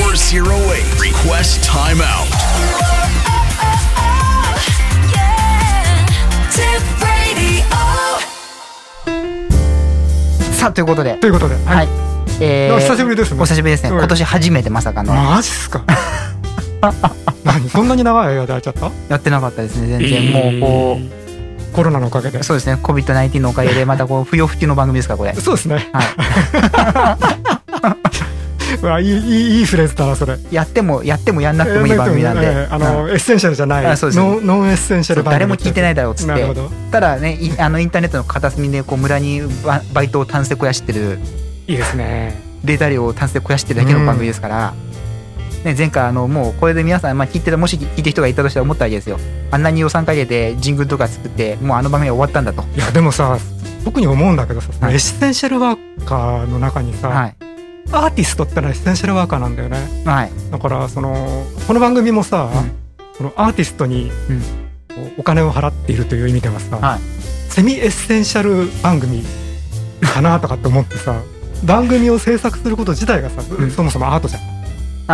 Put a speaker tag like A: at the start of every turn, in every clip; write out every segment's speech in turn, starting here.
A: 808. Request timeout.
B: Tip radio.
C: さあということで
D: ということで、
C: はい、え
D: お久しぶりですね
C: お久しぶりですね
D: うん
C: 今年初めてまさかの
D: マジっすか 何そんなに長い間空いちゃった
C: やってなかったですね
D: え
C: 全然
D: ー
C: もうこ
D: コロナのおかげで
C: うそうですね COVID-19 のおかげでまたこう不要不急の番組ですからこれ
D: そうですね
C: は
D: うわいいいいいいフレーズだなそれ
C: いやってもやってもやんなくてもいい番組なんで
D: えーえーあ
C: うん
D: の、エッセンシャルじゃない
C: あそうですね
D: ノンノンエッセンシャ
C: そう
D: ル番組
C: 誰も聞いてないだろうっつっ
D: なる
C: て
D: ほど
C: ただねいあのインターネットの片隅でこう村にババイトを探して肥やしてる
D: いいですね
C: データ量を探して肥やしてるだけの番組ですから、ね、前回あのもうこれで皆さん、まあ、聞いてたもし聞いてる人がいたとしたら思ったわけですよあんなに予算かけてジングルとか作ってもうあの番組は終わったんだと。
D: いやでもさ特に思うんだけどさ、その
C: はい
D: エッセンシャルワーカーの中にさ、
C: はい
D: アーティストってのはエッセンシャルワーカーなんだよね
C: はい
D: だからそのこの番組もさ、そのアーティストに
C: うん
D: こうお金を払っているという意味ではさ、
C: はい
D: セミエッセンシャル番組かなとかって思って さ番組を制作すること自体がさ、
C: ん
D: そもそもアートじゃん、
C: あ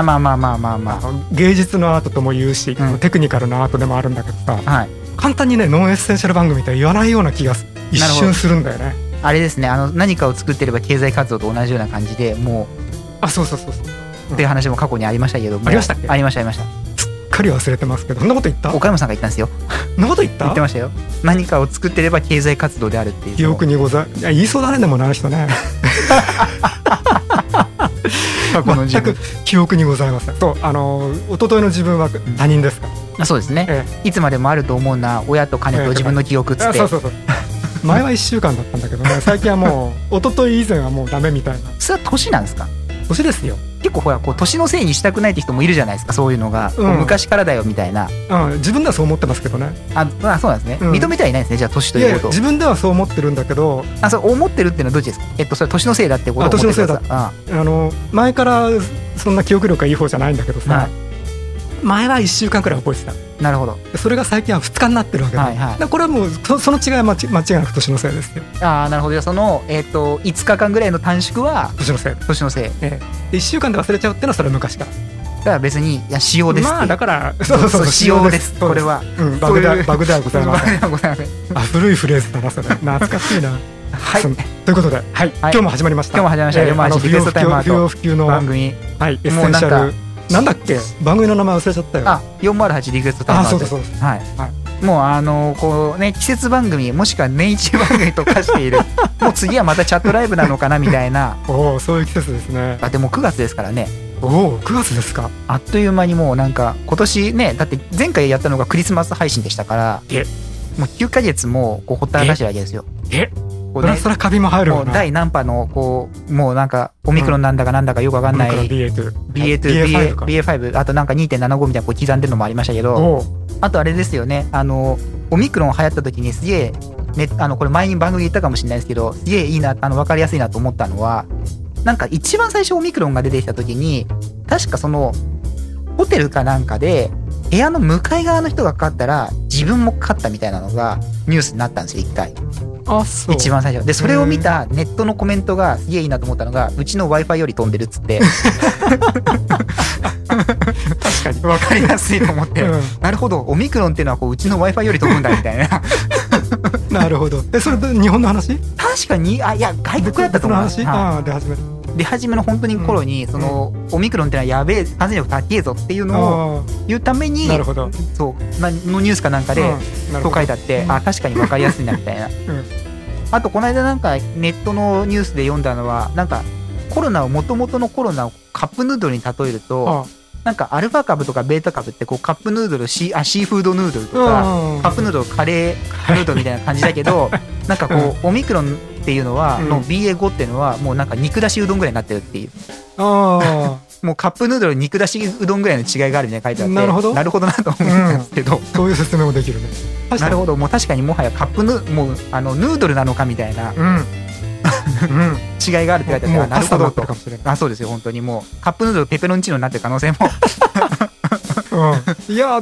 C: まあまあまあまあ
D: あ
C: ま
D: の芸術のアートとも言うし、
C: うん
D: テクニカルなアートでもあるんだけどさ
C: あはい
D: 簡単にねノンエッセンシャル番組って言わないような気がす一
C: なるほど
D: 瞬するんだよね
C: あれですねあの何かを作ってれば経済活動と同じような感じでも
D: あそうそうそうそう
C: うっていう話も過去にありましたけども
D: ありましたっけ
C: ありましたありました
D: すっかり忘れてますけどそんなこと言ったそん
C: 岡山さんが言ったんですよ
D: なこと言った
C: 言ってましたよ何かを作ってれば経済活動であるっていう
D: 記憶にございや言いそうだねでもなあの人ね
C: 過去の自
D: 全
C: 分
D: く記憶にございませんそうあの一昨日の自分は他人ですから、
C: あそうですね、
D: え
C: いつまでもあると思うな親と金と自分の記憶っつっ
D: あ
C: て、
D: そうそうそう 前は1週間だったんだけ どね最近はもう一昨日以前はもうダメみたいな
C: それは年なんですか
D: 年ですよ、
C: 結構ほらこう年のせいにしたくないって人もいるじゃないですかそういうのが、こう
D: うん
C: 昔からだよみたいな
D: うん、自分ではそう思ってますけどね
C: あまあそうなんですね、
D: うん
C: 認めてはいないですねじゃあ年と
D: い
C: いう
D: や
C: こ
D: いや
C: とを
D: 自分ではそう思ってるんだけど
C: あそう思ってるっていうのはどっちですかえっとそれは年のせいだってことを思
D: あ
C: ってください
D: 年
C: あ
D: あの前からそんな記憶力がいい方じゃないんだけどさ、
C: はい
D: 前は1週間くらい覚えてた
C: なるほど
D: それが最近は2日になってるわけで、
C: はいはい
D: だからこれはもうそその違いは間違間違いなく年のせいですよ
C: ああなるほどじゃあそのえっと5日間ぐらいの短縮は
D: 年のせい
C: 年のせい
D: え1週間で忘れちゃうってのはそれは昔から
C: だから別にいや使用ですって
D: まあだから
C: そうそう使用です
D: そう
C: これは
D: うん、バグ
C: そうい
D: だ
C: う
D: バグではございま せん
C: ございません
D: あ古いフレーズだなそれ懐かしいな
C: はい
D: そ
C: 今
D: んということで、はい、今日も始まりました
C: 日も始まりました
D: えー
C: よ、ま
D: あ
C: あ
D: の
C: リ
D: 不
C: クエ
D: 要
C: ス
D: 不
C: ト
D: 急
C: タイムアウ
D: 不要
C: ト
D: 不急の、は
C: 番
D: い、
C: 組
D: エッセンシ
C: もう
D: ャ
C: なん
D: ルなんだっけ番組の名前忘れちゃったよ
C: あ408リクエストタイムアウ
D: あ
C: ト
D: そうそうそう
C: はい、
D: は
C: もうあのこうね季節番組もしくは年一番組と化しているもう次はまたチャットライブなのかなみたいな
D: おおそういう季節ですね
C: あでも9月ですからね
D: おお9月ですか
C: あっという間にもうなんか今年ねだって前回やったのがクリスマス配信でしたから
D: え
C: もう9ヶ月もこうほったらかしてるわけですよ
D: え
C: こ
D: そう
C: ね
D: らそらカビも入る
C: も
D: わ
C: う
D: な
C: 第何波のこうもうなんかオミクロンなんだかなんだかよくわかんない
D: オミクロン BA2
C: BA2、
D: BA5 か
C: BA5、あとなんか2.75みたいなこう刻んでるのもありましたけど、
D: おう
C: あとあれですよね、あの、オミクロン流行った時にすげえ、ね、あの、これ前に番組で言ったかもしれないですけど、すげえいいな、あの、わかりやすいなと思ったのは、なんか一番最初オミクロンが出てきた時に、確かその、ホテルかなんかで、部屋の向かい側の人がかかったら、自分もかかったみたいなのがニュースになったんですよ、一回。
D: あそう
C: 一番最初。で、それを見たネットのコメントがすげえいいなと思ったのが、うちの Wi-Fi より飛んでるっつ って、
D: 確かに
C: わかりやすいと思って、
D: う
C: なるほど、オミクロンっていうのはこう、うちの Wi-Fi より飛ぶんだみたいな。
D: んなるほどえそれ日本の話
C: 確かにあいや外国だったと思う
D: 別の話
C: は
D: ああ出始めた
C: い出始めの本当に頃に、そのオミクロンってのはやべえ感染力高えぞっていうのを
D: あ
C: 言うため
D: あ
C: に
D: なるほど
C: そうなのニュースかなんかで、
D: うんなる
C: と
D: ほど
C: 書いてあってあ確かに分かりやすいなみたいな、
D: ん
C: あとこの間なんかネットのニュースで読んだのはなんかコロナをもともとのコロナをカップヌードルに例えると
D: あ
C: なんかアルファ株とかベータ株ってこうカップヌードルシーあシーフードヌードルと
D: うん
C: か、カップヌードルカレーヌードルみたいな感じだけ どなんかこうオミクロンっていうのは、
D: うん
C: の BA.5 っていうのはもうなんか肉出しうどんぐらいになってるっていう
D: あ
C: もうカップヌードルに肉出しうどんぐらいの違いがあるみたいな書いてあって
D: なるほど
C: なるほどなと思ったんですけど、
D: あそういう説明もできるね
C: なるほどもう確かにもはやカップヌーもうあのヌードルなのかみたいな
D: うんうん
C: 違いがあるって書いてあって
D: も
C: あ
D: う
C: な
D: パ
C: る
D: スタ
C: ほ
D: にな
C: ど
D: って
C: と
D: るかもしれない
C: あそうですよ本当にもうカップヌードルペペロンチーノになってる可能 性も、
D: うんいや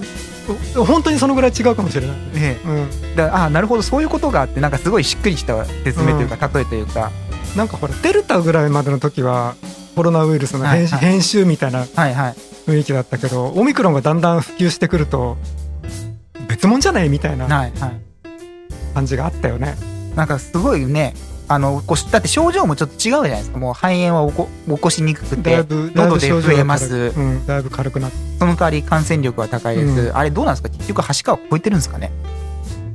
D: お本当にそのぐらい違うかもしれない
C: ね
D: うん
C: だあなるほどそういうことがあってなんかすごいしっくりした説明というか、例えというか
D: なんかほらデルタぐらいまでの時はコロナウイルスの編集,、
C: はいはい
D: 編集みたいな
C: はいはい
D: 雰囲気だったけどオミクロンがだんだん普及してくると別物じゃないみたいな
C: はいはい
D: 感じがあったよね。
C: なんかすごいねあのこうだって症状もちょっと違うじゃないですかもう肺炎は起こ起こしにくく
D: だ
C: て
D: いぶだい
C: 喉
D: ぶ
C: で
D: 症
C: 増
D: 状が
C: え
D: 軽
C: ます
D: くうん、だいぶ軽くなって
C: その代わり感染力は高いです、
D: う
C: あれどうなんですか結局橋川超えてるんですかね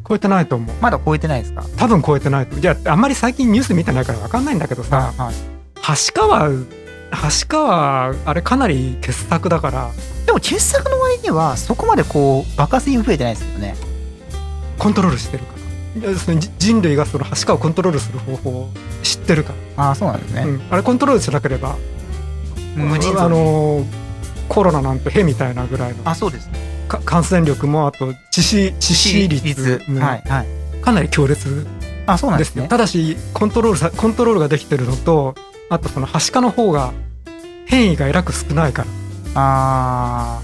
D: 超えてないと思う
C: まだ超えてないですか
D: 多分超えてないといやあんまり最近ニュース見てないから分かんないんだけどさ
C: はい
D: 橋川橋川あれかなり傑作だから
C: でも傑作の割にはそこまでこう爆発に増えてないですよね
D: コントロールしてるからいやそのじ人類がその橋川をコントロールする方法を知ってるか
C: ああそうなんです
D: ら、
C: ね、
D: うんあれコントロールしなければ
C: 無尽蔵に
D: あのーコロナなんてへみたいなぐらいの
C: あそうです
D: か感染力もあと致死致死率も
C: はいはい
D: かなり強烈
C: あそうなん
D: で
C: ですす
D: よ、
C: ね
D: ただしコントロールさコントロールができてるのとあとそのはしかの方が変異がえらく少ないから
C: あ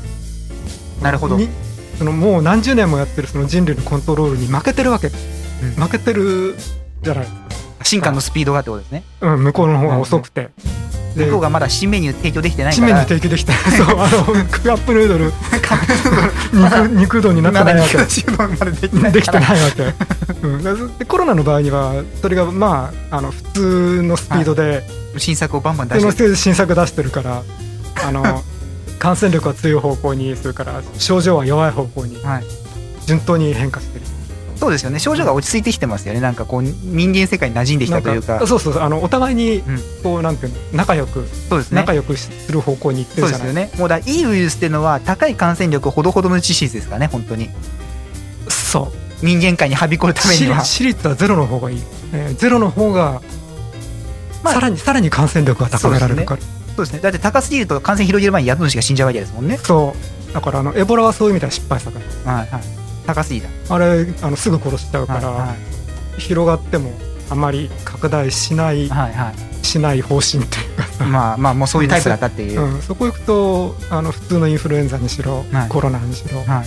C: あなるほど
D: にそのもう何十年もやってるその人類のコントロールに負けてるわけ、
C: うん
D: 負けてるじゃない、
C: 進化のスピードがってことですね
D: うん、向こうの方が遅くて、で
C: 向こうがまだ新メニュー提供できてないか
D: 地面に
C: ら
D: 提供 できたそうあのカップヌードル肉肉うどんにな
C: ま
D: っ
C: だ
D: てないわけ
C: 90分までできない
D: できて
C: から
D: ないわけ、うん、でコロナの場合にはそれがまああの普通のスピードで、
C: 新作をバンバン出し
D: 普通
C: て
D: のスピードで新作出してるから あの感染力は強い方向にそれから症状は弱い方向に
C: はい
D: 順当に変化してる
C: そうですよね症状が落ち着いてきてますよねなんかこう人間世界に馴染んできたというか
D: なんそうそうそうあのお互いに
C: うん
D: こう、なんていうの仲良く、
C: そうですね
D: 仲良くする方向にいって
C: そう
D: るじ
C: で
D: ゃ
C: す
D: ない
C: よねもうだいいウイルスっていうのは高い感染力ほどほどの致死率ですからね本当に
D: そう
C: 人間界にはびこるため
D: 私
C: には
D: 立私立はゼロの方がいい、えーゼロの方が、
C: まあ
D: さらにさらに感染力が高められるから
C: そうですねだって高すぎると感染広げる前に宿主が死んじゃうわけですもんね
D: そうだからあのエボラはそういう意味では失敗作
C: はいはい高すぎた
D: あれあのすぐ殺しちゃうか
C: はい
D: ら、
C: は
D: 広がってもあまり拡大しない
C: いはいは
D: しない方針っていうかさ、
C: いまあまあもうそういうタイプだったっていう、
D: うん、そこ行くとあの普通のインフルエンザにしろ、
C: はい
D: コロナにしろ、
C: は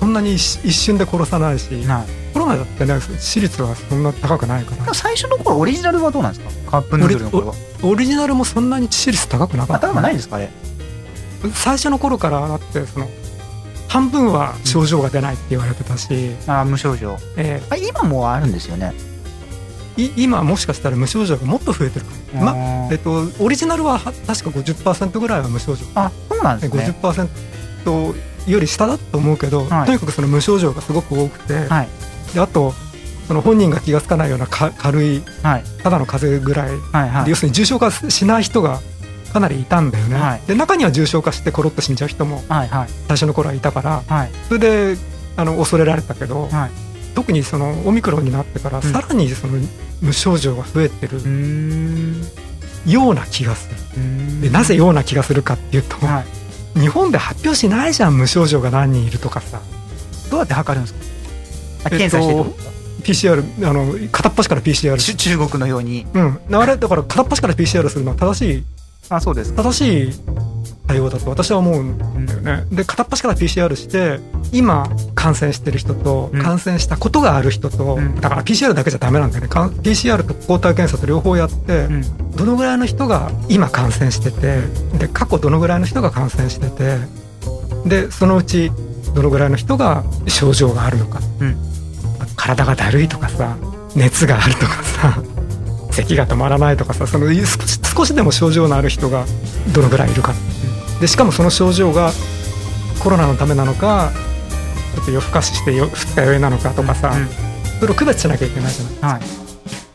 D: そんなに一一瞬で殺さないし、
C: いはい
D: コロナだってね私立はそんな高くないか
C: で
D: ら
C: も最初の頃オリジナルはどうなんですかカップヌードルの頃は
D: オリジナルもそんなに致死率高くなか
C: あ
D: った
C: 頭ないですかあれ
D: 最初の頃からだってその半分は症状が出ないって言われてたし、
C: あー無症状
D: え
C: あ今もあるんですよね
D: ーい今もしかしたら無症状がもっと増えてるかも、ま
C: あ
D: え
C: ー
D: っと、オリジナルはは確か50%ぐらいは無症状
C: あそうなん
D: で
C: ですね
D: 50%より下だと思うけど、
C: はい
D: とにかくその無症状がすごく多くて、
C: はい
D: であとその本人が気が付かないようなか軽い
C: はい
D: ただの風邪ぐらい、
C: はいはい
D: で要するに重症化しない人がかなりいたんだよね、
C: はい
D: で中には重症化してコロッと死んじゃう人も
C: はいはい
D: 最初の頃はいたから
C: はい
D: それであの恐れられたけど、
C: はい
D: 特にそのオミクロンになってから、
C: ん
D: さらにその無症状が増えてる
C: うーんう
D: ような気がす
C: ー
D: る、
C: ん
D: でなぜような気がするかっていうと、
C: はい
D: 日本で発表しないじゃん無症状が何人いるとかさ
C: どうやって測るんですかあ検査してってこと
D: PCR あの片っ端から PCR
C: ちゅ中国のように
D: うんあれだから片っ端から PCR するのは正しい
C: あそうですか、
D: 正しい対応だと私は思うんだ
C: うん
D: よねで片っ端から PCR して今感染してる人と
C: うん
D: 感染したことがある人と、
C: うん
D: だから PCR だけじゃダメなんだよねかん PCR と抗体検査と両方やって、
C: うん
D: どのぐらいの人が今感染しててで過去どのぐらいの人が感染しててでそのうちどのぐらいの人が症状があるのか、
C: うん
D: 体がだるいとかさ熱があるとかさ咳が止まらないとかさその少し少しでも症状のある人がどのぐらいいるか、でしかもその症状がコロナのためなのかちょっと夜更かししてよ二日酔いなのかとかさ、
C: うん
D: それを区別しなきゃいけないじゃない。
C: はい
D: だか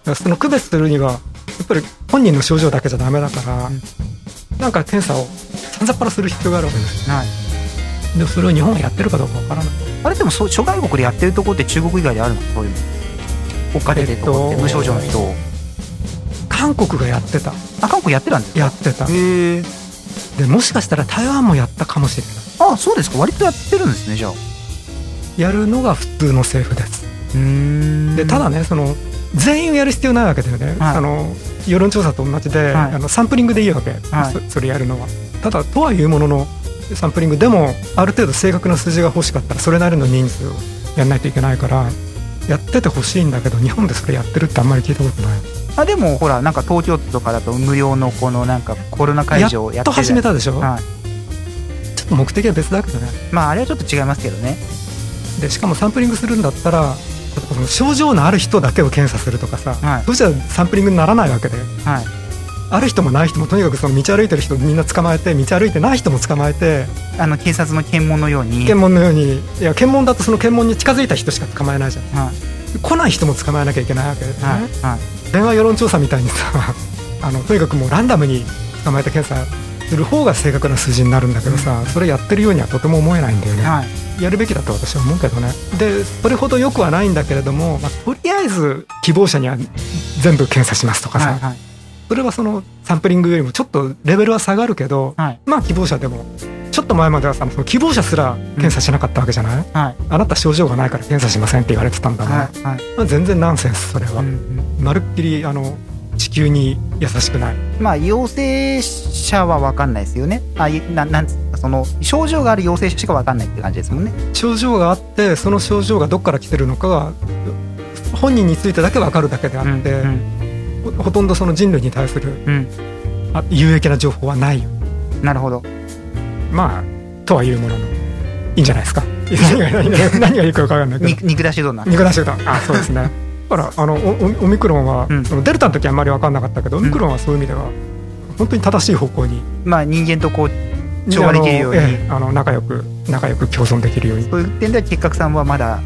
D: らその区別するにはやっぱり本人の症状だけじゃダメだから、
C: うん
D: なんか検査をさんざっぱらする必要があるわけです
C: はい
D: でもそれを日本がやってるかどうかわからない
C: あれでもそう諸外国でやってるとこって中国以外であるのそういうの追っかけてるとこっ
D: えってと
C: 無症状の人を
D: 韓国がやってた
C: あ韓国やってたんですか
D: やってた
C: へえ
D: でもしかしたら台湾もやったかもしれない
C: あそうですか割とやってるんですねじゃあ
D: やるのが普通の政府です
C: うん
D: でただねその全員をやる必要ないわけだよね、
C: はい
D: あの世論調査と同じで、
C: はい
D: あのサンプリングでいいわけ、
C: はい
D: そそれやるのはただとはいうもののサンプリングでもある程度正確な数字が欲しかったらそれなりの人数をやらないといけないからやっててほしいんだけど日本でそれやってるってあんまり聞いたことない
C: あでもほらなんか東京都とかだと無料のこのなんかコロナ会場をや
D: やっ
C: って
D: と
C: るじ
D: 始
C: ゃな
D: め
C: いで
D: たでしょ、
C: すかはい
D: ちょっと目的は別だけどね
C: まああれはちょっと違いますけどね
D: でしかもサンプリングするんだったらその症状のある人だけを検査するとかさ、
C: はい
D: どうしたらサンプリングにならないわけで
C: はい
D: ある人もない人もとにかくその道歩いてる人みんな捕まえて道歩いてない人も捕まえて
C: あの警察の検問のように
D: 検問のようにいや検問だとその検問に近づいた人しか捕まえないじゃん
C: はい
D: 来ない人も捕まえなきゃいけないわけで、ね
C: はいはい
D: 電話世論調査みたいにさ あのとにかくもうランダムに捕まえた検査する方が正確な数字になるんだけどさ、それやってるようにはとても思えないんだよね、
C: はい
D: やるべきだと私は思うけどねでそれほど良くはないんだけれども、まあ、とりあえず希望者には全部検査しますとかさ、
C: はいはい
D: それはそのサンプリングよりもちょっとレベルは下がるけど、
C: はい
D: まあ希望者でもちょっと前まではさその希望者すら検査しなかったわけじゃない、
C: はい
D: あなた症状がないから検査しませんって言われてたんだもん、
C: はいはい
D: まあ、全然ナンセンスそれは、
C: うんうん
D: まるっきりあの地球に優しくない
C: まあ陽性者は分かんないですよねあいななんつその症状がある陽性者しか分かんないって感じですもんね
D: 症状があってその症状がどっから来てるのかが本人についてだけ分かるだけであって、
C: うん
D: ほほとんどその人類に対する
C: うん
D: あ有益な情報はないよ
C: うんなるほど
D: まあとは言うもののいいんじゃないですか何が何が何がいいか分からないけど
C: 肉肉出しどうな
D: 肉出してたあそうです ねだからあのおおオミクロンは、
C: うん
D: そのデルタの時はあんまり分かんなかったけどオミクロンはそういう意味では本当に正しい方向に
C: まあ人間とこう調和できるように
D: あのええあの仲良く仲良く共存できるように
C: そういう点では結核さんはまだ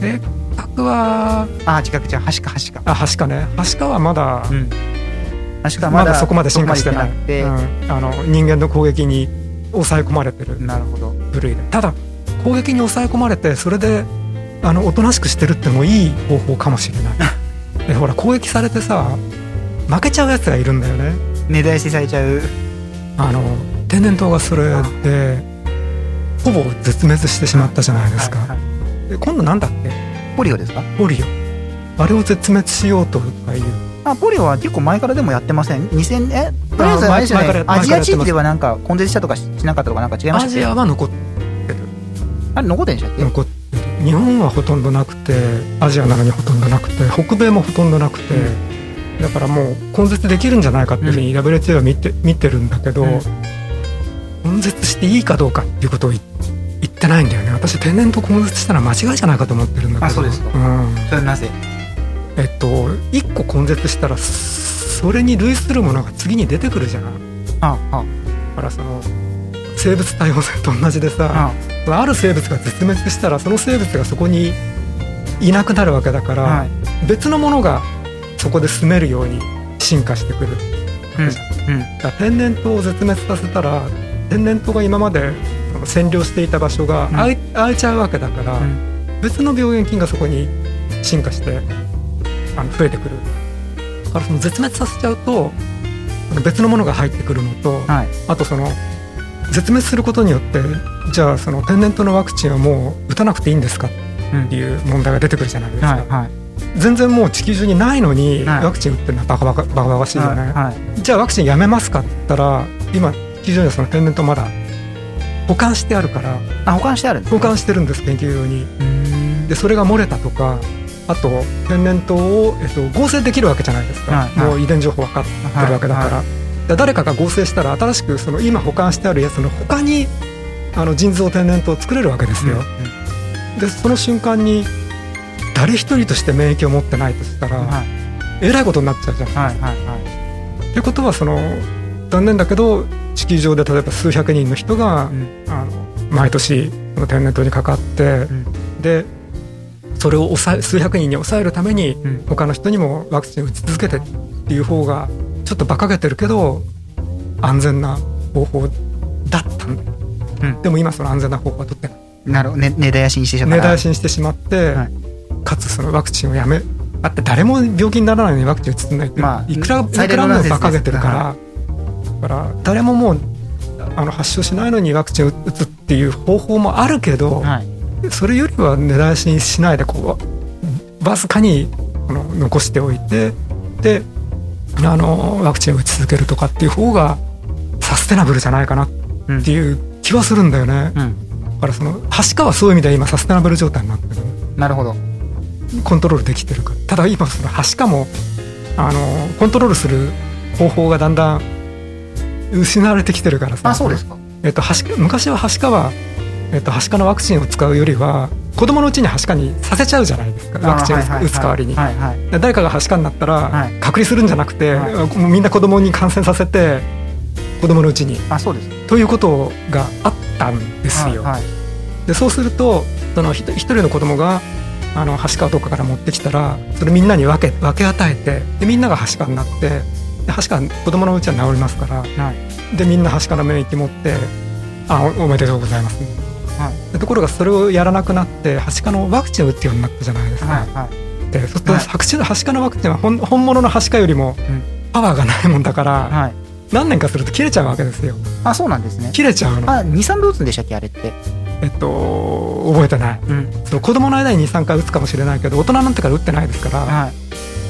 D: で核は
C: ああ違う違うはしかはしか
D: あはしかねはしかはまだ、
C: うんはしか
D: ま
C: まだ
D: だそこまで進化してない
C: そこまでいってなく
D: うんあの人間の攻撃に抑え込まれてる
C: てなるほど
D: 部類でただ攻撃に抑え込まれてそれであのおとなしくしてるってのもいい方法かもしれな いでほら攻撃されてさ負けちゃうやつがいるんだよね
C: 根絶やしされちゃう
D: あの天然痘がそれでほぼ絶滅してしまったじゃないですか、
C: はいはい
D: で今度なんだっけ
C: ポリオですか
D: ポリオあれを絶滅しようとかいう
C: あポリオは結構前からでもやってません2000えとりあえずあれですよ
D: 前前からや
C: ね
D: ってます
C: アジア地域ではなんか根絶したとかししなかったとかなんか違いま
D: ア
C: したっ
D: ジ
C: け
D: アは残っ
C: あれ残ってんでしたっけ、
D: 残ってる日本はほとんどなくてアジアなのにほとんどなくて北米もほとんどなくて、だからもう根絶できるんじゃないかっていうふうに WTO は見て見てるんだけど、
C: うん
D: 根絶していいかどうかっていうことを言言ってないんだよね私天然と根絶したら間違いじゃないかと思ってるんだけど
C: あそうですか
D: ん、
C: それなぜ
D: えっと1個根絶したらそれに類するものが次に出てくるじゃない
C: ああ
D: だからその生物多様性と同じでさ、
C: あ
D: ある生物が絶滅したらその生物がそこにいなくなるわけだから、
C: あはい
D: 別のものがそこで住めるように進化してくる
C: うんうん
D: だから天然痘を絶滅させたら天然痘が今までその占領していた場所が
C: うん
D: 空い,、空いちゃうわけだから、
C: うん
D: 別の病原菌がそこに進化してあの増えてくるだからその絶滅させちゃうとあの別のものが入ってくるのと、
C: はい
D: あとその絶滅することによってじゃあその天然痘のワクチンはもう打たなくていいんですかっ
C: うん
D: ていう問題が出てくるじゃないですか、
C: はいはい
D: 全然もう地球上にないのに
C: はい
D: ワクチン打ってるのはバカバカバカバカしいよね、
C: はい
D: じゃあワクチンやめますかって言ったら今地球上にはその天然痘まだ保管してあるから
C: あ保管してあるんです
D: 保
C: ね
D: 管してるんです研究用に
C: うーん
D: でそれが漏れたとかあと天然痘を、えっと、合成できるわけじゃないですか、
C: はいはい
D: もう遺伝情報分かってるわけだから、
C: は
D: で誰かが合成したら新しくその今保管してあるやつの他にあの腎臓天然痘を作れるわけですよ、
C: う
D: でその瞬間に誰一人として免疫を持ってないとしたら、
C: んはい
D: えらいことになっちゃうじゃん。
C: はいはいはい
D: ってことはその残念だけど地球上で例えば数百人の人が、
C: うん
D: あの毎年その天然痘にかかって、
C: ん
D: でそれを抑え数百人に抑えるために
C: うん
D: 他の人にもワクチンを打ち続けてっていう方がちょっと馬鹿げてるけど安全な方法だったんだ
C: うん
D: でも今その安全な方法は取ってない
C: なるほどね根絶やしにしてしまった
D: 根絶や
C: し
D: しにしてしまって、
C: はい
D: かつそのワクチンをやめあって誰も病気にならないのにワクチン打つんないって、
C: まあ
D: いくらい
C: 最
D: く
C: 大
D: ら
C: の
D: も
C: ナンセンスです
D: 馬鹿げてるから、だから誰ももうあの発症しないのにワクチンを打つっていう方法もあるけど、
C: はい
D: それよりは根絶やしにしないでこうわずかにあの残しておいてであのワクチンを打ち続けるとかっていう方がサステナブルじゃないかなっ
C: うん
D: ていう気はするんだよね。
C: うん
D: だからそのはしかはそういう意味では今サステナブル状態になってる
C: なるほど
D: コントロールできてるからただ今そのはしかもあのコントロールする方法がだんだん失われてきてるからさ
C: あそうですか
D: えっと、はし昔ははしかは、えっと、はしかのワクチンを使うよりは子供のうちにはしかにさせちゃうじゃないですかワクチンを打つ代わりに。
C: はいはいはい
D: 誰かがはしかになったら、
C: はい
D: 隔離するんじゃなくて、
C: はい
D: もうみんな子供に感染させて子供のうちに
C: あそうです
D: ということがあったんですよ。
C: はいはい
D: でそうするとそのひと一人の子供があのはしかをどっかから持ってきたらそれみんなに分け分け与えてでみんながはしかになってではしか子供のうちは治りますから
C: はい
D: でみんなはしかの免疫持ってあおおめでとうございます、
C: は
D: でところがそれをやらなくなってはしかのワクチンを打つようになったじゃないですか、
C: はいはい
D: でそうすると
C: はい
D: はしかのはしかのワクチンは本本物のはしかよりも
C: うん
D: パワーがないもんだから、
C: はい
D: 何年かすると切れちゃうわけですよ
C: あそうなんですね
D: 切れちゃうの
C: あ二三秒打つんでしたっけあれって
D: えっと覚えてない
C: うん
D: その子供の間に23回打つかもしれないけど大人になってから打ってないですから
C: はい
D: あ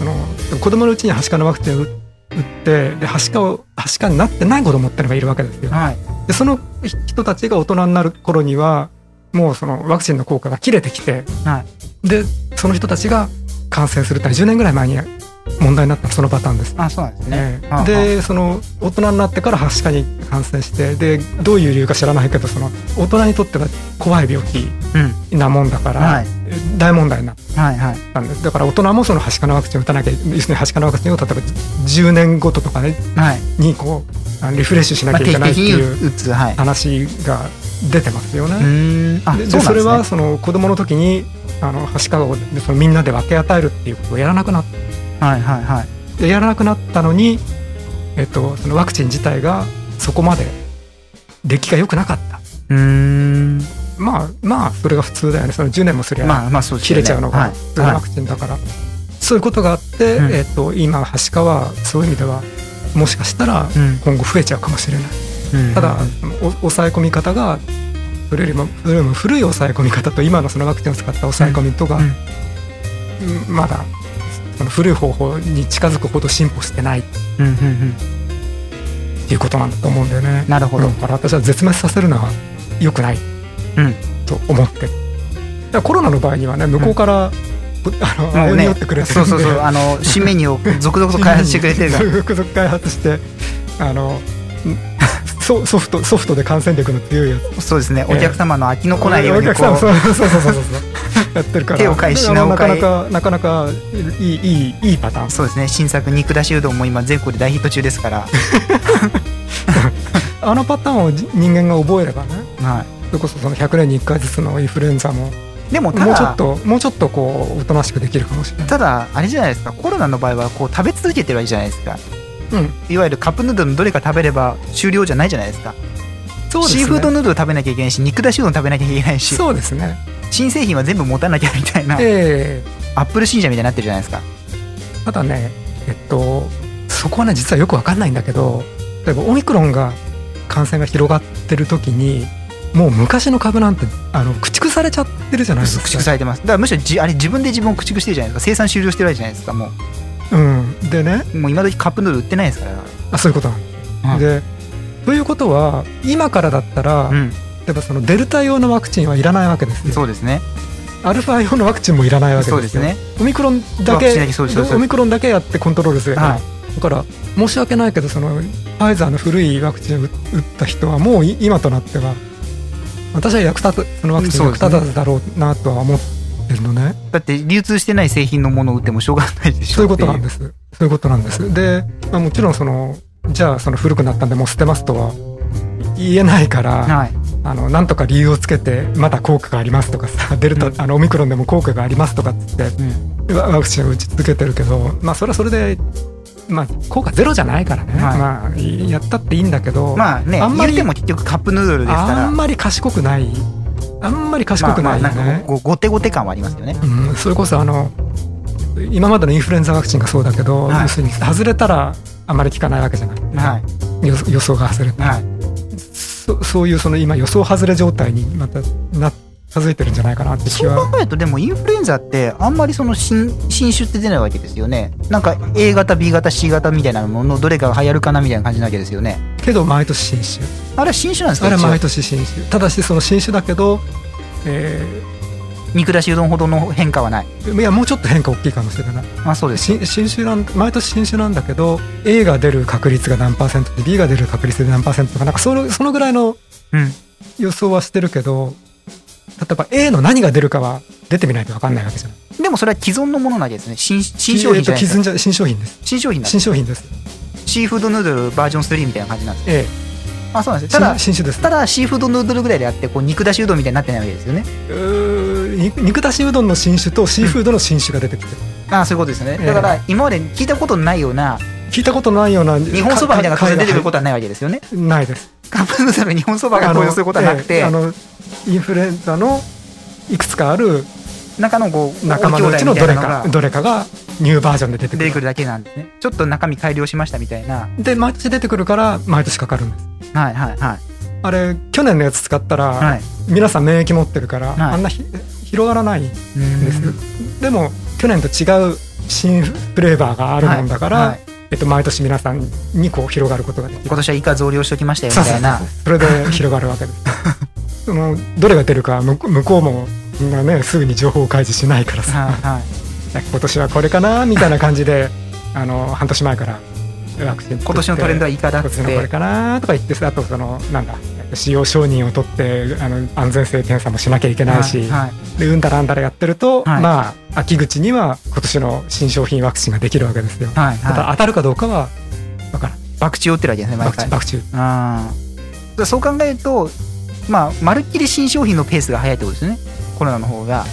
D: の子供のうちにはしかのワクチンを打打ってではしかをはしかになってない子供ってのがいるわけですよ
C: はい
D: でその人たちが大人になる頃にはもうそのワクチンの効果が切れてきて
C: はい
D: でその人たちが感染するって10年ぐらい前に問題になったそのパターンです。
C: あそうなんですね
D: ええ
C: はあはあ
D: でその大人になってからはしかに感染してでどういう理由か知らないけどその大人にとっては怖い病気
C: うん
D: なもんだから、
C: はい
D: 大問題になっ
C: はいはい
D: たんですだから大人もそのはしかのワクチンを打たなきゃ要するにはしかのワクチンを例えば10年ごととか、ね、
C: はい
D: にこうあのリフレッシュしな
C: まあ
D: きゃ
C: 定
D: いけ
C: 期
D: ないっ
C: 的
D: て
C: に
D: いう
C: 打つはい
D: 話が出てますよね。
C: うーんあそうなんで
D: でです
C: ね
D: それはその子供の時にあのはしかをそのみんなで分け与えるっていうことをやらなくなっ
C: はいはいはい
D: てやらなくなったのに、えっと、そのワクチン自体がそこまで出来が良くなかった
C: うーん
D: まあまあそれが普通だよねその10年もすりゃ、
C: まあまあそうです
D: 切
C: よね
D: れちゃうのが
C: はい
D: 普通のワクチンだから、そういうことがあって、
C: うん
D: えっと、今はしかはそういう意味ではもしかしたら
C: うん
D: 今後増えちゃうかもしれない。
C: うん
D: ただ、お抑え込み方がそれよりもそれよりも古い抑え込み方と今のそのワクチンを使った抑え込みとか、
C: うん
D: うんまだその古い方法に近づくほど進歩してないっ
C: うんうんうん
D: ていうことなんだと思うんだよね。
C: なるほど
D: だから私は絶滅させるのは良くない
C: うん
D: と思ってる。だからコロナの場合にはね向こうから、あの
C: もう
D: 歩み
C: ね
D: 寄ってくれてる
C: そ
D: んで
C: うそうそうあの新メニューを続々と開発してくれてるから
D: 続々開発してあのんソソフトソフトで感染力の強いやつ
C: そうですね、
D: ええ
C: お客様の飽きのこないように
D: お
C: こ
D: 客さんそう
C: う
D: そうそうそうそうそうやってるから
C: 手を返し
D: だから
C: 品を返
D: なかなかなかなかいいいいいいパターン
C: そうですね新作肉だしうどんも今全国で大ヒット中です から、
D: あのパターンをじ人間が覚えればね
C: は
D: それこそその100年に1回ずつのインフルエンザも
C: い、でもた
D: もうちょ
C: だ
D: っともうちょっとこうおとなしくできるかもしれない、
C: ただあれじゃないですかコロナの場合はこう食べ続けてるわけじゃないですか
D: うん、
C: いわゆるカップヌードルのどれか食べれば終了じゃないじゃないですか
D: そうですね
C: シーフードヌードル食べなきゃいけないし肉だしうどん食べなきゃいけないし
D: そうですね
C: 新製品は全部持たなきゃみたいな、
D: え
C: アップル信者みたいになってるじゃないですか
D: えただねえっとそこはね実はよくわかんないんだけど例えばオミクロンが感染が広がってる時にもう昔の株なんてあの駆逐されちゃってるじゃないですか
C: 駆逐されてますだからむしろじあれ自分で自分を駆逐してるじゃないですか生産終了してるわけじゃないですかも
D: うんでね
C: うもう今時カップヌードル売ってないですから
D: あそういうことなん
C: はい
D: でということは今からだったら、
C: うん
D: 例えばそのデルタ用のワクチンはいらないわけですよ
C: そうですね
D: アルファ用のワクチンもいらないわけですよ
C: そうですね
D: オミクロンだ
C: ワク
D: け
C: チンだけそうですそうです
D: オミクロンだけやってコントロールすれば、
C: はい
D: だから申し訳ないけどそのファイザーの古いワクチンを打った人はもうい今となっては私は役立つそのワクチン
C: そ
D: 役
C: うですね
D: 立たずだろうなとは思ってるのね
C: だって流通してない製品のものを売ってもしょうがないでしょ
D: そういうことなんですすそういうことなんですで、まあ、もちろんそのじゃあその古くなったんでもう捨てますとは言えないから、
C: はい
D: あのなんとか理由をつけてまだ効果がありますとかさ デルタ、
C: うん
D: あのオミクロンでも効果がありますとかっつっ
C: うん
D: てワワクチンを打ち続けてるけどまあそれはそれで、まあ、効果ゼロじゃないからね、
C: はい
D: まあいやったっていいんだけど、
C: まあね
D: あんま
C: 言
D: り
C: うても結局カップヌードルですから
D: あんまり賢くないあんまり賢くないよ
C: まあ
D: ね、
C: まあなんかごごてごて感はありますよね
D: うん、それこそあの今までのインフルエンザワクチンがそうだけど、
C: はい
D: 要するに外れたらあまり効かないわけじゃない、
C: はい
D: 予予想が外れて、
C: はい
D: そそういうその今予想外れ状態にまたな近づいてるんじゃないかなって気
C: そう
D: は。
C: 考えるとでもインフルエンザってあんまりその新新種って出ないわけですよねなんか A 型 B 型 C 型みたいなもののどれかが流行るかなみたいな感じなわけですよね
D: けど毎年新種
C: あれは新種なんですか
D: あれは毎
C: 一応
D: 年新種ただしその新種だけど、えー
C: 見下しうどんほどの変化はない
D: いやもうちょっと変化大きいかもしれない
C: まあそうです
D: 新新種なん毎年新種なんだけど A が出る確率が何パーセントで B が出る確率で何パーセントとかなんかそのそのぐらいの
C: うん
D: 予想はしてるけど例えば A の何が出るかは出てみないと分かんないわけじゃない
C: でもそれは既存のものなんですね新新商品じゃない
D: え
C: で
D: ーと既
C: す
D: 存じゃ新商品です
C: 新商品なんで
D: 新
C: す
D: 商品です
C: シーフードヌードルバージョン3みたいな感じなんです
D: え
C: あそうなんで
D: え
C: すよただ
D: 新新種です
C: ただシーフードヌードルぐらいであってこう肉出しうどんみたいになってないわけですよね
D: うー肉肉出しうどんの新種とシーフードの新種が出てきてる、
C: ああそういうことですよねだか
D: え
C: ら今まで聞いたことのないような
D: 聞いたことないような
C: 日
D: 日
C: 本そばみたいな感じで出てくることはないわけですよね
D: ないです
C: カップヌードルに日本そばが登場することはなくて
D: あのええあのインフルエンザのいくつかある
C: 中のこう
D: 仲間のうちの
C: 大兄弟
D: ど
C: みた
D: れ
C: いな
D: か
C: のが
D: どれかがニューバージョンで出て
C: 出
D: く
C: て
D: る
C: くるだけなんですねちょっと中身改良しましたみたいな
D: で毎年出てくるから毎年かかるんです
C: はいはいはい
D: あれ去年のやつ使ったら、
C: はい
D: 皆さん免疫持ってるから、
C: い
D: あんなひ広がらないん
C: う
D: で
C: ー
D: す、
C: ん
D: でも去年と違う新フレーバーがあるもんだから、
C: はいはい
D: えっと、毎年皆さんにこう広がることができる
C: 今年はイカ増量しときましたよみ
D: そ
C: たい
D: うそうそう
C: な
D: そうそれで広がるわけです そのどれが出るか向こう向こうもみんなねすぐに情報開示しないか
C: は
D: ら
C: い
D: さ
C: はい
D: 今年はこれかなみたいな感じであの半年前からワクチン作って
C: 今年のトレンドはイカだっ
D: 今
C: つ
D: 年
C: っ
D: のこれ
C: て
D: かなとか言ってさあとそのなんだ使用承認を取ってあの安全性検査もしなきゃいけないし、
C: はいはい
D: でうんだらあんだらやってると、
C: はい
D: まあ秋口には今年の新商品ワクチンができるわけですよ、
C: はい
D: ただ
C: は
D: 当たるかどうかは分からない
C: い博打を打ってるわけですね毎
D: ワクチ
C: 回
D: ンワクチン
C: うんそう考えるとまあまるっきり新商品のペースが早いってことですねコロナの方が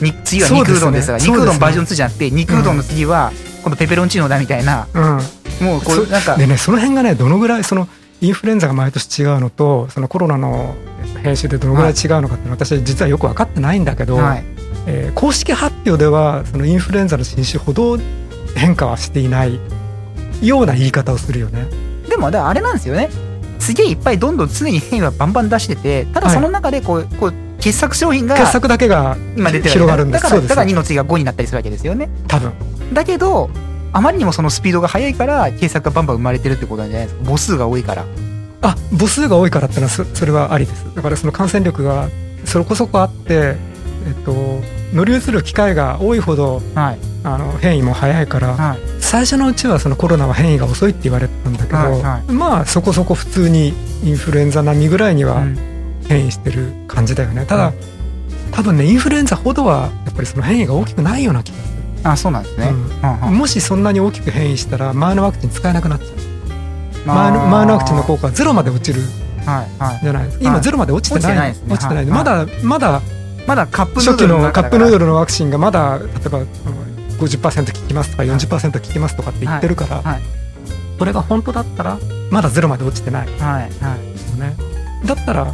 C: に次は肉うどんですが
D: そうですね
C: 肉うどんバージョン2じゃなくて肉うどんの次は今度ペペロンチーノだみたいな、
D: うん
C: もうこう
D: そ
C: なんか
D: でねその辺がねどのぐらいそのインフルエンザが毎年違うのとそのコロナの編集でどのぐらい違うのかっていうのは私実はよく分かってないんだけど、
C: はい、
D: えー公式発表ではそのインフルエンザの新種ほど変化はしていないような言い方をするよね。
C: でもだからあれなんですよねすげえいっぱいどんどん常に変異はバンバン出しててただ
D: はい
C: その中でこう,、こう傑作商品が
D: 傑作だけが
C: 今出てる
D: 広
C: わけ
D: がるんで
C: だ
D: す
C: か
D: そう
C: ら
D: で
C: だ
D: す
C: から2の次が5になったりするわけですよね
D: 多分
C: だけどあまりにもそのスピードが速いから傑作がバンバン生まれてるってことなんじゃないですか母数が多いから
D: あ母数が多いからってのはそそれはありですだからその感染力がそこそこあって、えっと、乗り移る機会が多いほど
C: はい
D: あの変異も早いから、
C: はい
D: 最初のうちはそのコロナは変異が遅いって言われてたんだけど、
C: はいは
D: まあそこそこ普通にインフルエンザ並みぐらいには
C: うん
D: 変異してる感じだよね、ただ、
C: うん
D: 多分ねインフルエンザほどはやっぱりその変異が大きくないような気がす
C: あそうなんです
D: る、
C: ね、うん
D: う
C: うんん
D: もしそんなに大きく変異したら前のワクチン使えなくなっちゃう前
C: あ
D: の
C: ー
D: 前のワクチンの効果はゼロまで落ちる
C: はいはい
D: じゃないですか
C: は
D: 今
C: い
D: ゼロまで落ちてな
C: 落ちてない
D: い,、
C: ですね
D: 落ちてない
C: はい
D: まだまだ
C: まだカップヌード
D: 初期
C: ル
D: の
C: 中だ
D: カップ
C: か
D: ヌ
C: ら
D: ードルのワクチンがまだ例えばあの50%効きますとか40%効きますとかって言ってるから、
C: はいはい
D: これが本当だったらまだゼロまで落ちてないよ
C: はいはい
D: ねだったら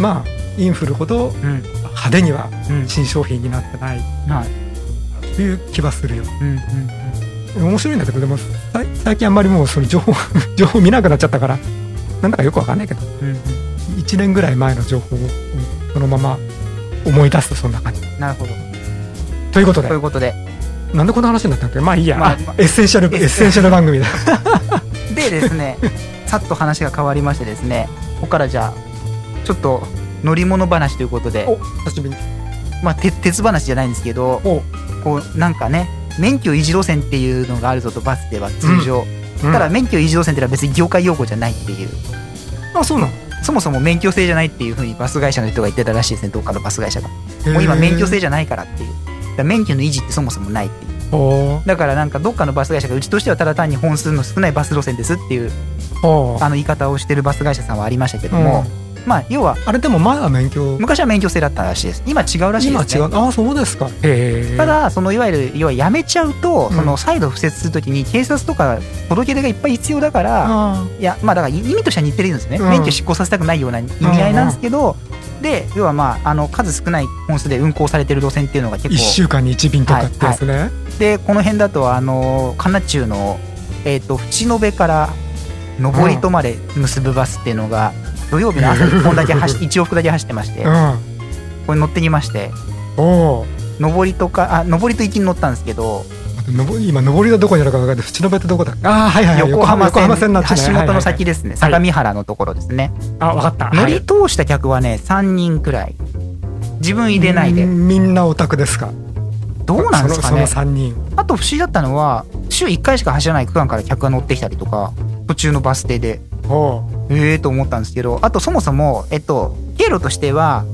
D: まあインフルほど
C: うん
D: 派手には
C: うん
D: 新商品になってない
C: はい
D: という気はするよ
C: うんうん
D: 面白いんだけどでもさい最近あんまりもうその情報 情報見なくなっちゃったからなんだかよくわかんないけど
C: うんうん
D: 1年ぐらい前の情報をそのまま思い出すとそんな感じ
C: うんなるほど
D: ということで
C: ということで
D: なんでこんな話になったんだっけまあいいや、
C: まあ
D: あエッセンシャルエッセンシャル番組だ
C: でですねさっと話が変わりましてですねここからじゃあちょっと乗り物話ということで
D: お久しぶりに
C: まあ鉄鉄話じゃないんですけど
D: お、
C: こうなんかね免許維持路線っていうのがあるぞとバスでは通常、
D: うん
C: ただ免許維持路線ってのは別に業界用語じゃないっていう
D: あそうなの
C: そもそも免許制じゃないっていうふうにバス会社の人が言ってたらしいですねどっかのバス会社がもう今免許制じゃないからっていうだから免許の維持ってそもそもないっていう
D: お
C: だからなんかどっかのバス会社がうちとしてはただ単に本数の少ないバス路線ですっていう
D: お
C: あの言い方をしてるバス会社さんはありましたけども、まあ要は
D: あれでも前は免許
C: 昔は免許制だったらしいです今違うらしい
D: 今
C: です
D: は違
C: ね
D: うあそうですかへえ
C: ただそのいわゆる要はやめちゃうと、
D: うん
C: その再度敷設するときに警察とか届け出がいっぱい必要だから、
D: あ
C: いやまあだから意味としては似てるんですね、
D: うん
C: 免許執行させたくないような意味合いなんですけど、で要はまああの数少ない本数で運行されてる路線っていうのが結構
D: 1週間に1便とかってやつね、
C: でこの辺だとあの神奈中のえっ、と淵野辺から上り戸まで結ぶバスっていうのが、土曜日の朝1本だけ 走一往復だけ走ってまして、これ乗ってきまして
D: うんおお
C: 上りとかあ上りと行きに乗ったんですけど
D: 今上りがどこにあるか分かんない淵の辺ってどこだっけああはいはいはい
C: 横浜
D: 横
C: 線
D: 浜線になってね
C: 橋本の先
D: で、
C: ですね、
D: はい
C: 相模原のところですね、
D: はいはいあ分かった
C: 乗り通した客はね3人くらい自分入れないで
D: みんなオタクですか
C: どうなんですかね
D: そのその3人
C: あと不思議だったのは週1回しか走らない区間から客が乗ってきたりとか途中のバス停で
D: おう
C: ええー、と思ったんですけどあとそもそもえっと経路としては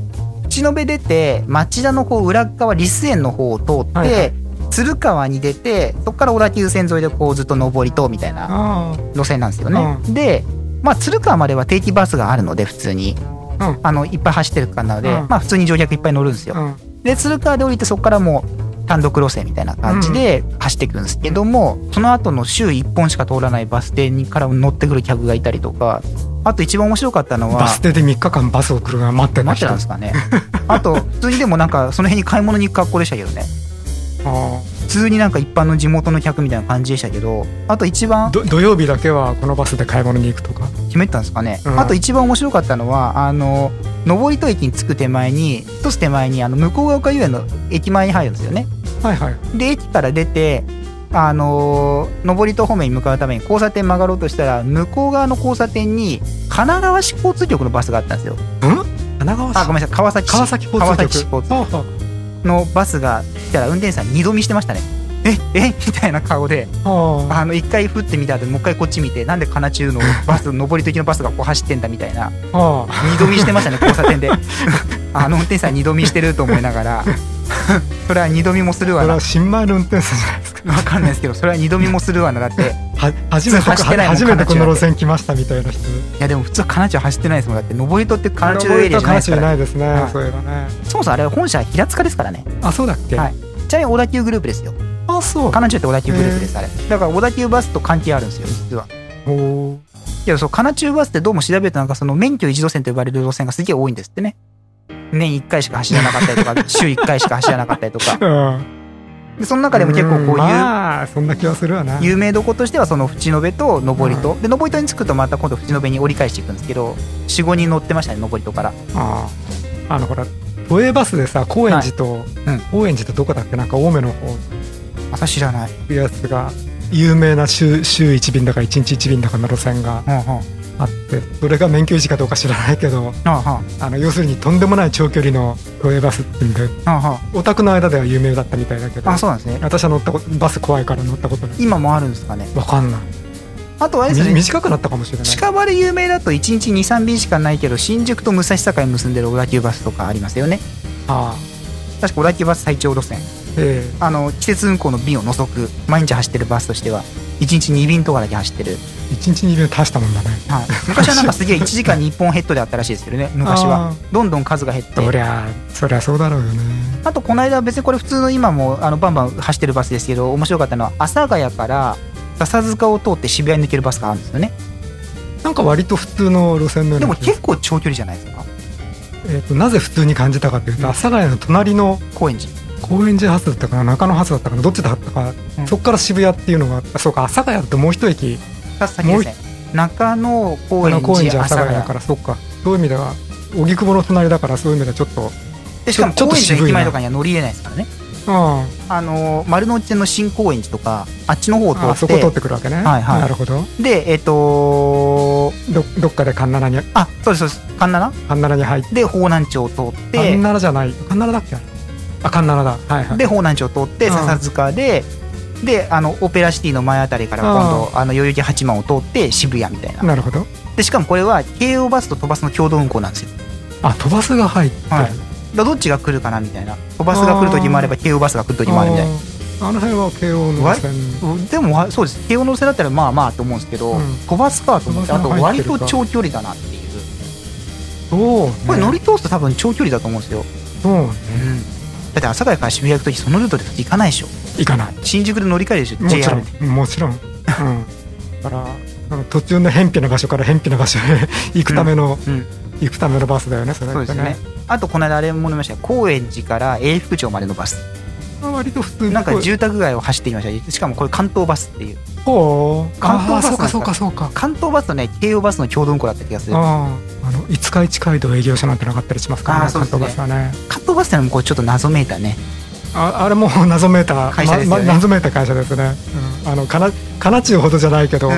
C: 忍べ出て町田のこう裏側リス園の方を通って、
D: はいはい
C: 鶴川に出てそこから小田急線沿いでこうずっと上りとみたいな
D: あ
C: 路線なんですよね。
D: う
C: で、まあ、鶴川までは定期バスがあるので普通に
D: あうん
C: あのいっぱい走ってる区間なので、
D: うん
C: まあ、普通に乗客いっぱい乗るんですよ。
D: うん
C: で鶴川で降りてそこからもう単独路線みたいな感じで走ってくるんですけども、その後の週1本しか通らないバス停にから乗ってくる客がいたりとかあと一番面白かったのは
D: バス停で3日間バスを来るが待ってた
C: 待って
D: 人
C: たんですかねあと普通にでもなんかその辺に買い物に行く格好でしたけどね
D: あ
C: 普通になんか一般の地元の客みたいな感じでしたけどあと一
D: あ
C: 番
D: ど土曜日だけはこのバスで買い物に行くとか
C: 決めてたんですかね、
D: うん
C: あと一番面白かったのはあの上り戸駅に着く手前に一つ手前にあの向こう側遊園の駅前に入るんですよね
D: はいはい
C: で駅から出てあのー上り戸方面に向かうために交差点曲がろうとしたら向こう側の交差点に神奈川市交通局のバスがあったんですよ
D: 神奈川市
C: あごめんなさい川崎市
D: 川崎交通局
C: 川崎市交通局
D: あ
C: のバスが来たら運転手さん二度見してましたねえ えみたいな顔で
D: あああ
C: あの一回降ってみた後もう一回こっち見てなんで金中のバス 上り時のバスがこう走ってんだみたいな
D: ああ
C: 二度見してました ね交差点で あの運転手さん二度見してると思いながら それは二度見もする
D: こ
C: わ
D: れ
C: な
D: は新米の運転手さんじゃないですか
C: わかんないですけどそれは二度見もするわなだって
D: は初めてこ
C: 走ってないもん
D: 初めてこの路線来ましたみたいな人
C: いやでも普通は金中走ってないですもんだって上りとって金中エ
D: 上
C: リアじ
D: と
C: ゃない
D: 関
C: ですか
D: 中い
C: ら
D: ないですね、
C: はい
D: そういえばね
C: そもそもあれは本社は平塚ですからね
D: あそうだっけ、
C: はいちなみに小田急グループですよ
D: あそう
C: 金中って小田急グループですあれだから小田急バスと関係あるんですよ実は
D: おー
C: いやそう金中バスってどうも調べるとなんかその免許一路線と呼ばれる路線がすげえ多いんですってね年1回しか走らなかったりと か週1回しか走らなかったりとか
D: うん
C: でその中でも結構こ
D: ん
C: ういう
D: まあそんな気はするわな
C: 有名どことしてはその淵延と上りとで上りとに着くとまた今度淵延に折り返していくんですけど45人乗ってましたね上りとから
D: あああのほら都営バスでさ高円寺と、
C: うん
D: 高円寺とどこだっけなんか青梅の方
C: あそれ知らない
D: ってやつが有名な週週1便だか1日1便だかの路線が
C: うんうんは
D: あってそれが免許維持かどうか知らないけど
C: あは
D: あの要するにとんでもない長距離の都営バスっていうんで
C: あはあは
D: オタクの間では有名だったみたいだけど
C: ああそうなんですね
D: 私は乗ったことバス怖いから乗ったことない
C: 今もあるんですかね
D: わかんない
C: あとあれですよ
D: み
C: ね
D: 短くなったかもしれない
C: 近場で有名だと1日23便しかないけど新宿と武蔵境結んでる小田急バスとかありますよね
D: ああ
C: 確か小田急バス最長路線
D: ええ
C: あの季節運行の便を除く毎日走ってるバスとしては1日2便とかだけ走ってる、
D: 一日2便足したもんだね
C: はい、昔はなんかすげえ1時間に1本ヘッドであったらしいですけどね昔
D: あ
C: は
D: ー
C: どんどん数が減っ
D: そり
C: て
D: ゃそりゃそうだろうよね
C: あとこの間別にこれ普通の今もあのバンバン走ってるバスですけど面白かったのは阿佐ヶ谷から笹塚を通って渋谷に抜けるバスがあるんですよね
D: なんか割と普通の路線のよう
C: で
D: な
C: も
D: 気がす
C: 結構長距離じゃないですか
D: るえっとなぜ普通に感じたかというと阿佐ヶ谷の隣の
C: 高円寺
D: 高円寺発だったかな中野発だったかなどっちだったか、
C: うん
D: そこから渋谷っていうのがあったそうか阿佐ヶ谷だともう一駅
C: 2つ先ですね中野
D: あ
C: 高円寺
D: の高円寺阿
C: 阿
D: 佐
C: 佐ヶ
D: ヶ谷だ
C: 谷
D: からそうかそういう意味では荻窪の隣だからそういう意味ではちょっと
C: でしかも
D: ちょ
C: 高
D: っと
C: 円寺
D: 渋
C: の駅
D: いな
C: 前とかには乗り入れないですからね
D: あ
C: あの丸の内線の新高円寺とかあっちの方を
D: ああ
C: 通
D: そ
C: っ
D: こ
C: て
D: 通ってくるわけね、
C: はいはい
D: なるほど
C: でえっ、と
D: どどっかでカンナラに
C: あそうですそうですカンナラ
D: カンナラに入って
C: で方南町を通っ
D: カン
C: て
D: ナラじゃないカンナラだっけあれあカンナラだはいはい
C: で方南町を通って
D: うん
C: 笹塚で、であのオペラシティの前あたりから今度、あの代々木八幡を通って渋谷みたいな
D: なるほど
C: でしかもこれは京王バスと都バスの共同運行なんですよだか
D: あ飛ばすが入ってる、
C: はいらどっちが来るかなみたいな都バスが来る時もあれば京王バスが来る時もあるみたいな
D: あーあの辺は慶応の路線
C: うんでもわそうです京王の路線だったらまあまあと思うんですけど、
D: うん
C: 都バスかと思って
D: 都
C: あ
D: バス
C: と
D: が入っ
C: 割
D: てるか
C: と長距離だなっていう
D: そうね
C: これ乗り通すと多分長距離だと思うんですよ、
D: そうね
C: うん、だって阿佐ヶ谷から渋谷行く時そのルートで普通行かないでしょ
D: 行かない
C: 新宿で乗り換えるでしょ
D: もちろ
C: JR で
D: んもちろん、うん、だからあの途中の偏僻な場所から偏僻な場所へ 行くための、
C: うん
D: 行くためのバスだよねそれ
C: そう
D: っ
C: で
D: て
C: すねあとこの間あれも乗りましたよ高円寺から永福町までのバス
D: まあ割と普通に
C: なん
D: こ
C: か
D: う
C: 住宅街を走っていましたしかもこれ関東バスっていう
D: こう
C: 関東
D: あー
C: バス
D: そうかそう
C: なん
D: か
C: か
D: そうか
C: 関東バスとね京葉バスの共同運行だった気がする
D: あーあの五日市街道営業所なんてなかったりしますから
C: あ
D: ね
C: ーそう
D: 関
C: ですね
D: 東バスはね
C: 関東バスってのもこうちょっと謎めいたね
D: ああれも謎めいた
C: 会社ですよね
D: まま謎めいた会社ですね、うん、あのかなかなちゅうほどじゃないけど、
C: うん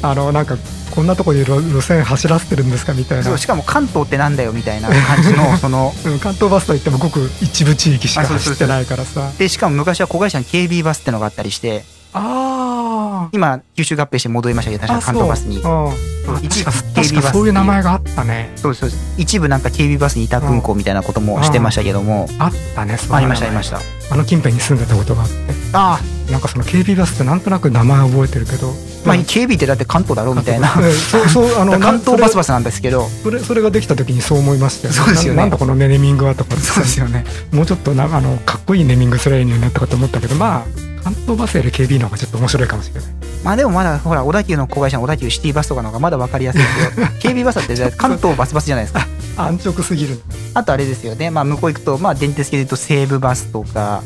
D: あのなんかこんなとこに路路線走らせてるんですかみたいな、
C: そううしかも関東ってなんだよみたいな感じ のその
D: ん関東バスといってもごく一部地域しか
C: あそうそ
D: 走
C: う
D: ってないからさ
C: でしかも昔は子会社の KB バスってのがあったりして
D: あー
C: 今九州合併して戻りましたけど確か関東バスに
D: あそううん
C: 一時
D: 確か確
C: KB バ
D: か
C: ス
D: そういう名前があったね
C: そうですそうです一部なんか KB バスに委託運行みたいなこともしてましたけども
D: あったね
C: ありましたありましたた
D: あの近辺に住んでたことがあって
C: あ
D: なんかその KB バスってなんとなく名前覚えてるけど
C: あまあ KB ってだって関東だろみたいな
D: うんそうそう あの
C: 関東バス
D: な
C: バスなんですけど
D: それそれそれができた時にそう思いましたよ、
C: そうですよね
D: ななんだこのネーミングはとか
C: よね
D: もうちょっとなあのかっこいいネーミングすればいいのになったかと思ったけどまあ関東バスより KB の方がちょっと面白いかもしれない
C: まあでもまだほら小田急の子会社の小田急シティバスとかの方がまだ分かりやすいですけど KB バスだって関東バスバスじゃないですか
D: 安直すぎる
C: あとあれですよね、まあ、向こう行くと、まあ、電鉄系で言うと西武バスとか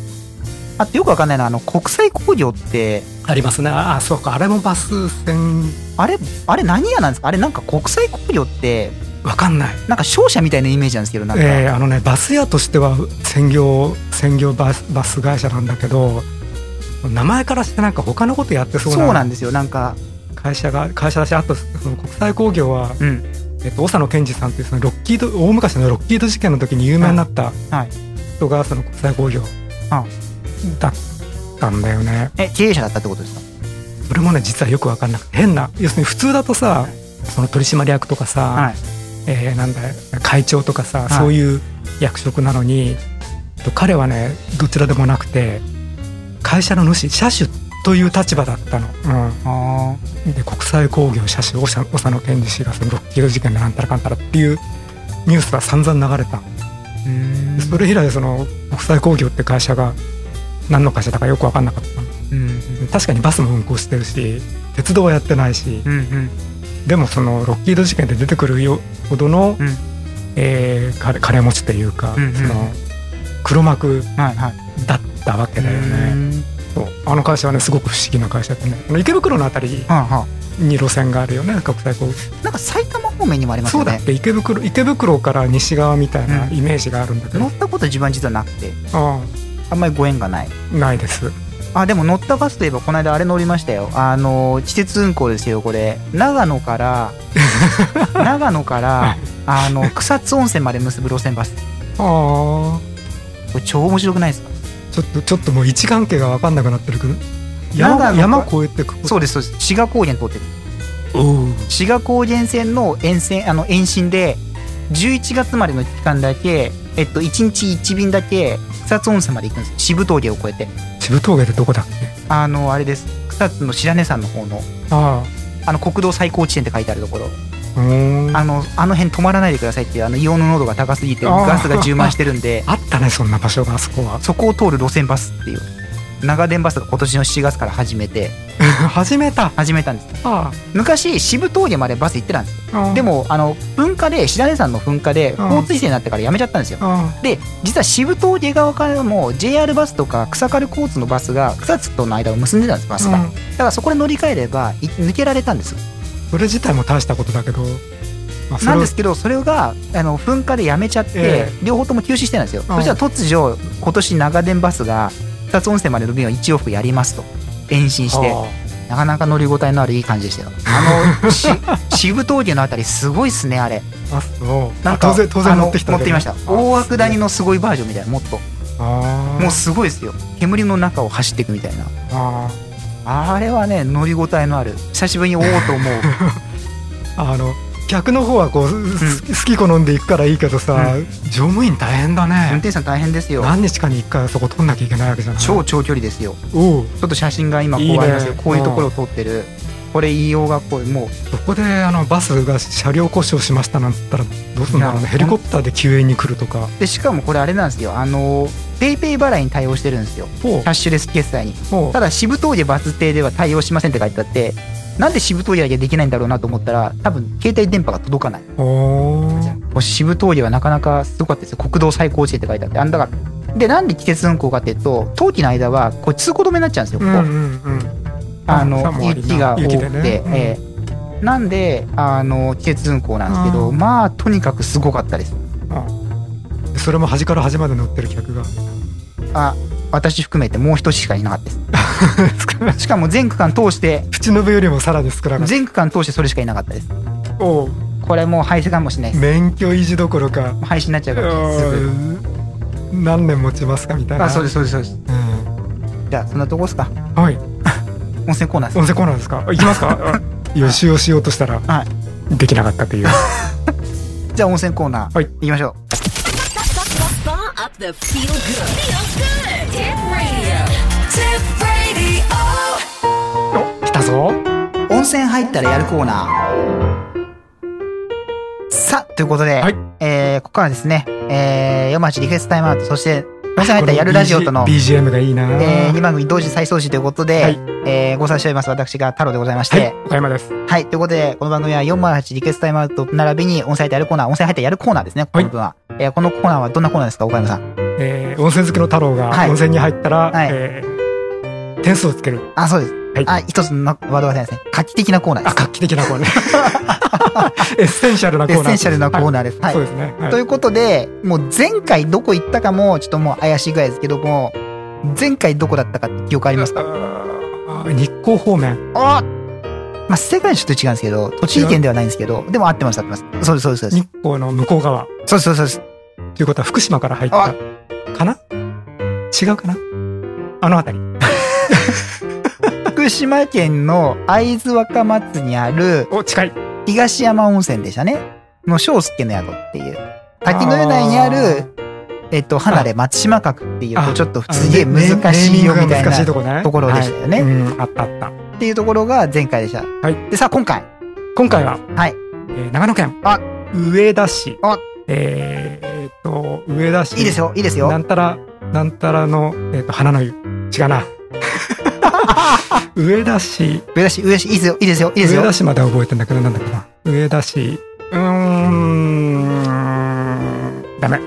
C: あとよくわかんないのはあの国際工業って
D: ありますねああそうかあれもバス線
C: あれあれ何屋なんですかあれなんか国際工業って
D: わかんない
C: なんか商社みたいなイメージなんですけどなんか、
D: えーあのねバス屋としては専業専業バスバス会社なんだけど名前からしてなんか他のことやってそう
C: そうな
D: なん
C: ですよなんか
D: 会社が会社だしあとその国際工業は、
C: うん
D: えっと、長野健二さんっていうそのロッキード大昔のロッキード事件の時に有名になった
C: はい
D: 人がその国際工業
C: は
D: だったんだよね。
C: え経営者だったってことですか
D: それもね実はよく分かんなくて変な要するに普通だとさその取締役とかさ、
C: はい
D: えーなんだ会長とかさ、
C: はい
D: そういう役職なのにえっと彼はねどちらでもなくて会社の主車種という立場だったの、
C: あ
D: うんで国際工業車種長長野健二氏がそのロッキード事件でなんたらかんたらっていうニュースが散々流れた
C: ーうーん
D: それ以来その国際工業って会社が何の会社だかよく分かんなかったの
C: うん
D: 確かにバスも運行してるし鉄道はやってないし、
C: うんうん
D: でもそのロッキード事件で出てくるよほどの、
C: うん
D: えー金金持ちというか、
C: うんうん
D: その黒幕
C: はいはい
D: だったわけだよ
C: うー
D: ね。
C: ん
D: そうあの会社はねすごく不思議な会社でねあの池袋のあたり
C: はあは
D: に路線があるよね国際交通、
C: あなんか埼玉方面にもあります
D: そ
C: よ
D: うだ
C: ね
D: って池袋池袋から西側みたいな
C: うん
D: イメージがあるんだけど、
C: 乗ったこと自分は実はなくて
D: あ
C: あんまりご縁がない
D: あないです
C: あでも乗ったバスといえばこの間あれ乗りましたよあの地鉄運行ですよこれ長野から 長野からあの草津温泉まで結ぶ路線バス
D: ああ
C: これ超面白くないですか
D: ちょっとちょっともう位置関係が分かんなくなってるけど
C: 長
D: 山
C: 野
D: 山越えてく
C: そうですそうです志賀高原通ってる
D: おう
C: 志賀高原線の沿線あの延伸で11月までの期間だけえっと1日1便だけ草津温泉まで行くんです渋峠を越えて
D: 渋峠ってどこだっけ
C: あのあれです草津の白根山の方の
D: あ
C: あの国道最高地点って書いてあるところ
D: あうーん
C: あのあの辺止まらないでくださいっていうあの硫黄の濃度が高すぎて
D: あー
C: ガスが充満してるんで
D: あったねそんな場所があそこは
C: そこを通る路線バスっていう長電バスが今年の7月から始めて
D: 始めた
C: 始めたんです
D: あ
C: 昔渋峠までバス行ってたんです
D: あ
C: でもあの噴火で白根山の噴火で
D: うん
C: 交通規制になってからやめちゃったんですよ
D: あ
C: で実は渋峠側からも JR バスとか草刈交通のバスが草津との間を結んでたんですバス
D: あ、
C: が、
D: う
C: だ
D: ん
C: からそこで乗り換えればい抜けられたんです
D: それ自体も大したことだけど、まあそれ
C: な
D: を
C: んですけどそれがあの噴火でやめちゃって、
D: え
C: 両方とも休止してたんですよ、
D: うん
C: そしたら突如今年長電バスが草津温泉までの便を1往復やりますと延伸して
D: あ
C: なかなか乗り応えのあるいい感じでしたよあの し渋峠のあたりすごいっすねあれ
D: あそう
C: なん
D: あ
C: か
D: 当然当然
C: あの
D: 持ってきた
C: 持ってきました大涌谷のすごいバージョンみたいなもっと
D: あ
C: もうすごいですよ煙の中を走っていくみたいな
D: ああ
C: あれはね乗り応えのある久しぶりにおおと 思う
D: ああの逆の方はこう、す好き好んでいくからいいけどさ、
C: う
D: 乗務員大変だ
C: 運
D: ね
C: 転手さん大変ですよ
D: 何日かに一回そこ取んなきゃいけないわけじゃない
C: 超長距離ですよ
D: おう
C: ちょっと写真が今こう
D: いいね
C: ありますよこういうところを通ってるこれ言いようがこれも
D: そこであのバスが車両故障しましたなんつったらどうすんだろう
C: い
D: ね
C: や
D: ヘリコプターで救援に来るとか
C: うでしかもこれあれなんですよあのペイペイ払いに対応してるんですよ
D: ほう
C: キャッシュレス決済に
D: ほう
C: ただ渋峠バス停では対応しませんって書いてあってなんで渋峠だけできないんだろうなと思ったら多分携帯電波が届かない
D: おー
C: もう渋峠はなかなかすごかったですよ国道最高地点って書いてあってあんだからでなんで季節運行かっていうと冬季の間はこれ通行止めになっちゃうんですよ、こ
D: う
C: こ
D: んうんうん
C: あ
D: あ
C: の
D: 寒いな
C: 雪が多く
D: 雪
C: て、
D: でねうん
C: ええなんであの季節運行なんですけど、
D: うん
C: まあとにかくすごかったです
D: でそれも端から端まで乗ってる客が
C: あ私含めてもう一人しかいなかったですしかも全区間通して
D: プチノブよりもさらに少なかった
C: 全区間通してそれしかいなかったです
D: おう
C: これもう廃止かもしれないです
D: 免許維持どころか
C: もう廃止になっちゃうかもしれないすぐ
D: うん何年持ちますかみたいな、
C: あそうですすそうですそうです
D: うん
C: じゃあそんなとこですか
D: はい
C: 温泉コーナーで
D: 音声コーナーですか行きま すか予習をしようとしたら
C: すはい
D: できなかっ たという
C: じゃあ温泉コーナー、
D: はい
C: 行きましょ
B: Spa up the feel good. Feel good. Tip radio. Tip radio.
D: お来たぞ
C: う温泉入ったらやるコーナーさあということで、
D: はい
C: えーここからはですね、えー、夜町リクエストタイムアウトそして温泉入ったらやるラジオとの、
D: BGM がいいな
C: えー、2番組同時再送集ということで、
D: はい
C: えーご参照います私が太郎でございまし
D: は
C: て、
D: い岡山です
C: はい。ということで、この番組は408リクエストタイムアウト並びに、温泉入ってやるコーナー、温泉入ってやるコーナーですね、この部分は。えーこのコーナーはどんなコーナーですか、岡山さん。
D: えー温泉好きの太郎が
C: はい
D: 温泉に入ったら、
C: はい
D: えー点数をつける
C: あ、そうです。
D: はい
C: あ、一つのワードがですね。画期的なコーナーで
D: あ
C: す。
D: 画期的なコーナー エッセンシャルなコー
C: エ
D: ナー
C: ッセンシャルなコーナーです。はい。
D: そうですね、はい
C: ということで、もう前回どこ行ったかも、ちょっともう怪しいぐらいですけども、前回どこだったかって記憶ありますか
D: あー日光方面
C: あまあ、世界にちょっと違うんですけど、栃木県ではないんですけど、でも合ってます、合ってます。そうです、そうです、そうです
D: 日光の向こう側
C: そうです。そうです、そうです。
D: ということは福島から入ったかな違うかなあの辺り
C: 福島県の会津若松にある、
D: お近い
C: 東山温泉でしたね。の章介の宿っていう。滝の湯内にある、えっと、離れ松島閣っていう
D: あ、
C: ちょっと
D: あの
C: すげえ
D: ねね
C: 難しいよ
D: ネーミン
C: みた
D: グが
C: い
D: 難しい
C: な
D: とこね
C: ところでしたよね
D: はいうんあったあった
C: っていうところが前回でした。
D: い
C: で、さあ今回。
D: 今回は、
C: はい
D: えー長野県
C: あ
D: 上田市
C: あ
D: えーえーっと上田市
C: いいですよ、いいですよ。
D: なんたらなんたらの、えーっと花の湯違 うな上田市
C: 上田市、上田市、いいですよ、いいですよ、いいです
D: 上
C: よ
D: 田。市までは覚えてんだけどなんだっけな上田市うーんダメ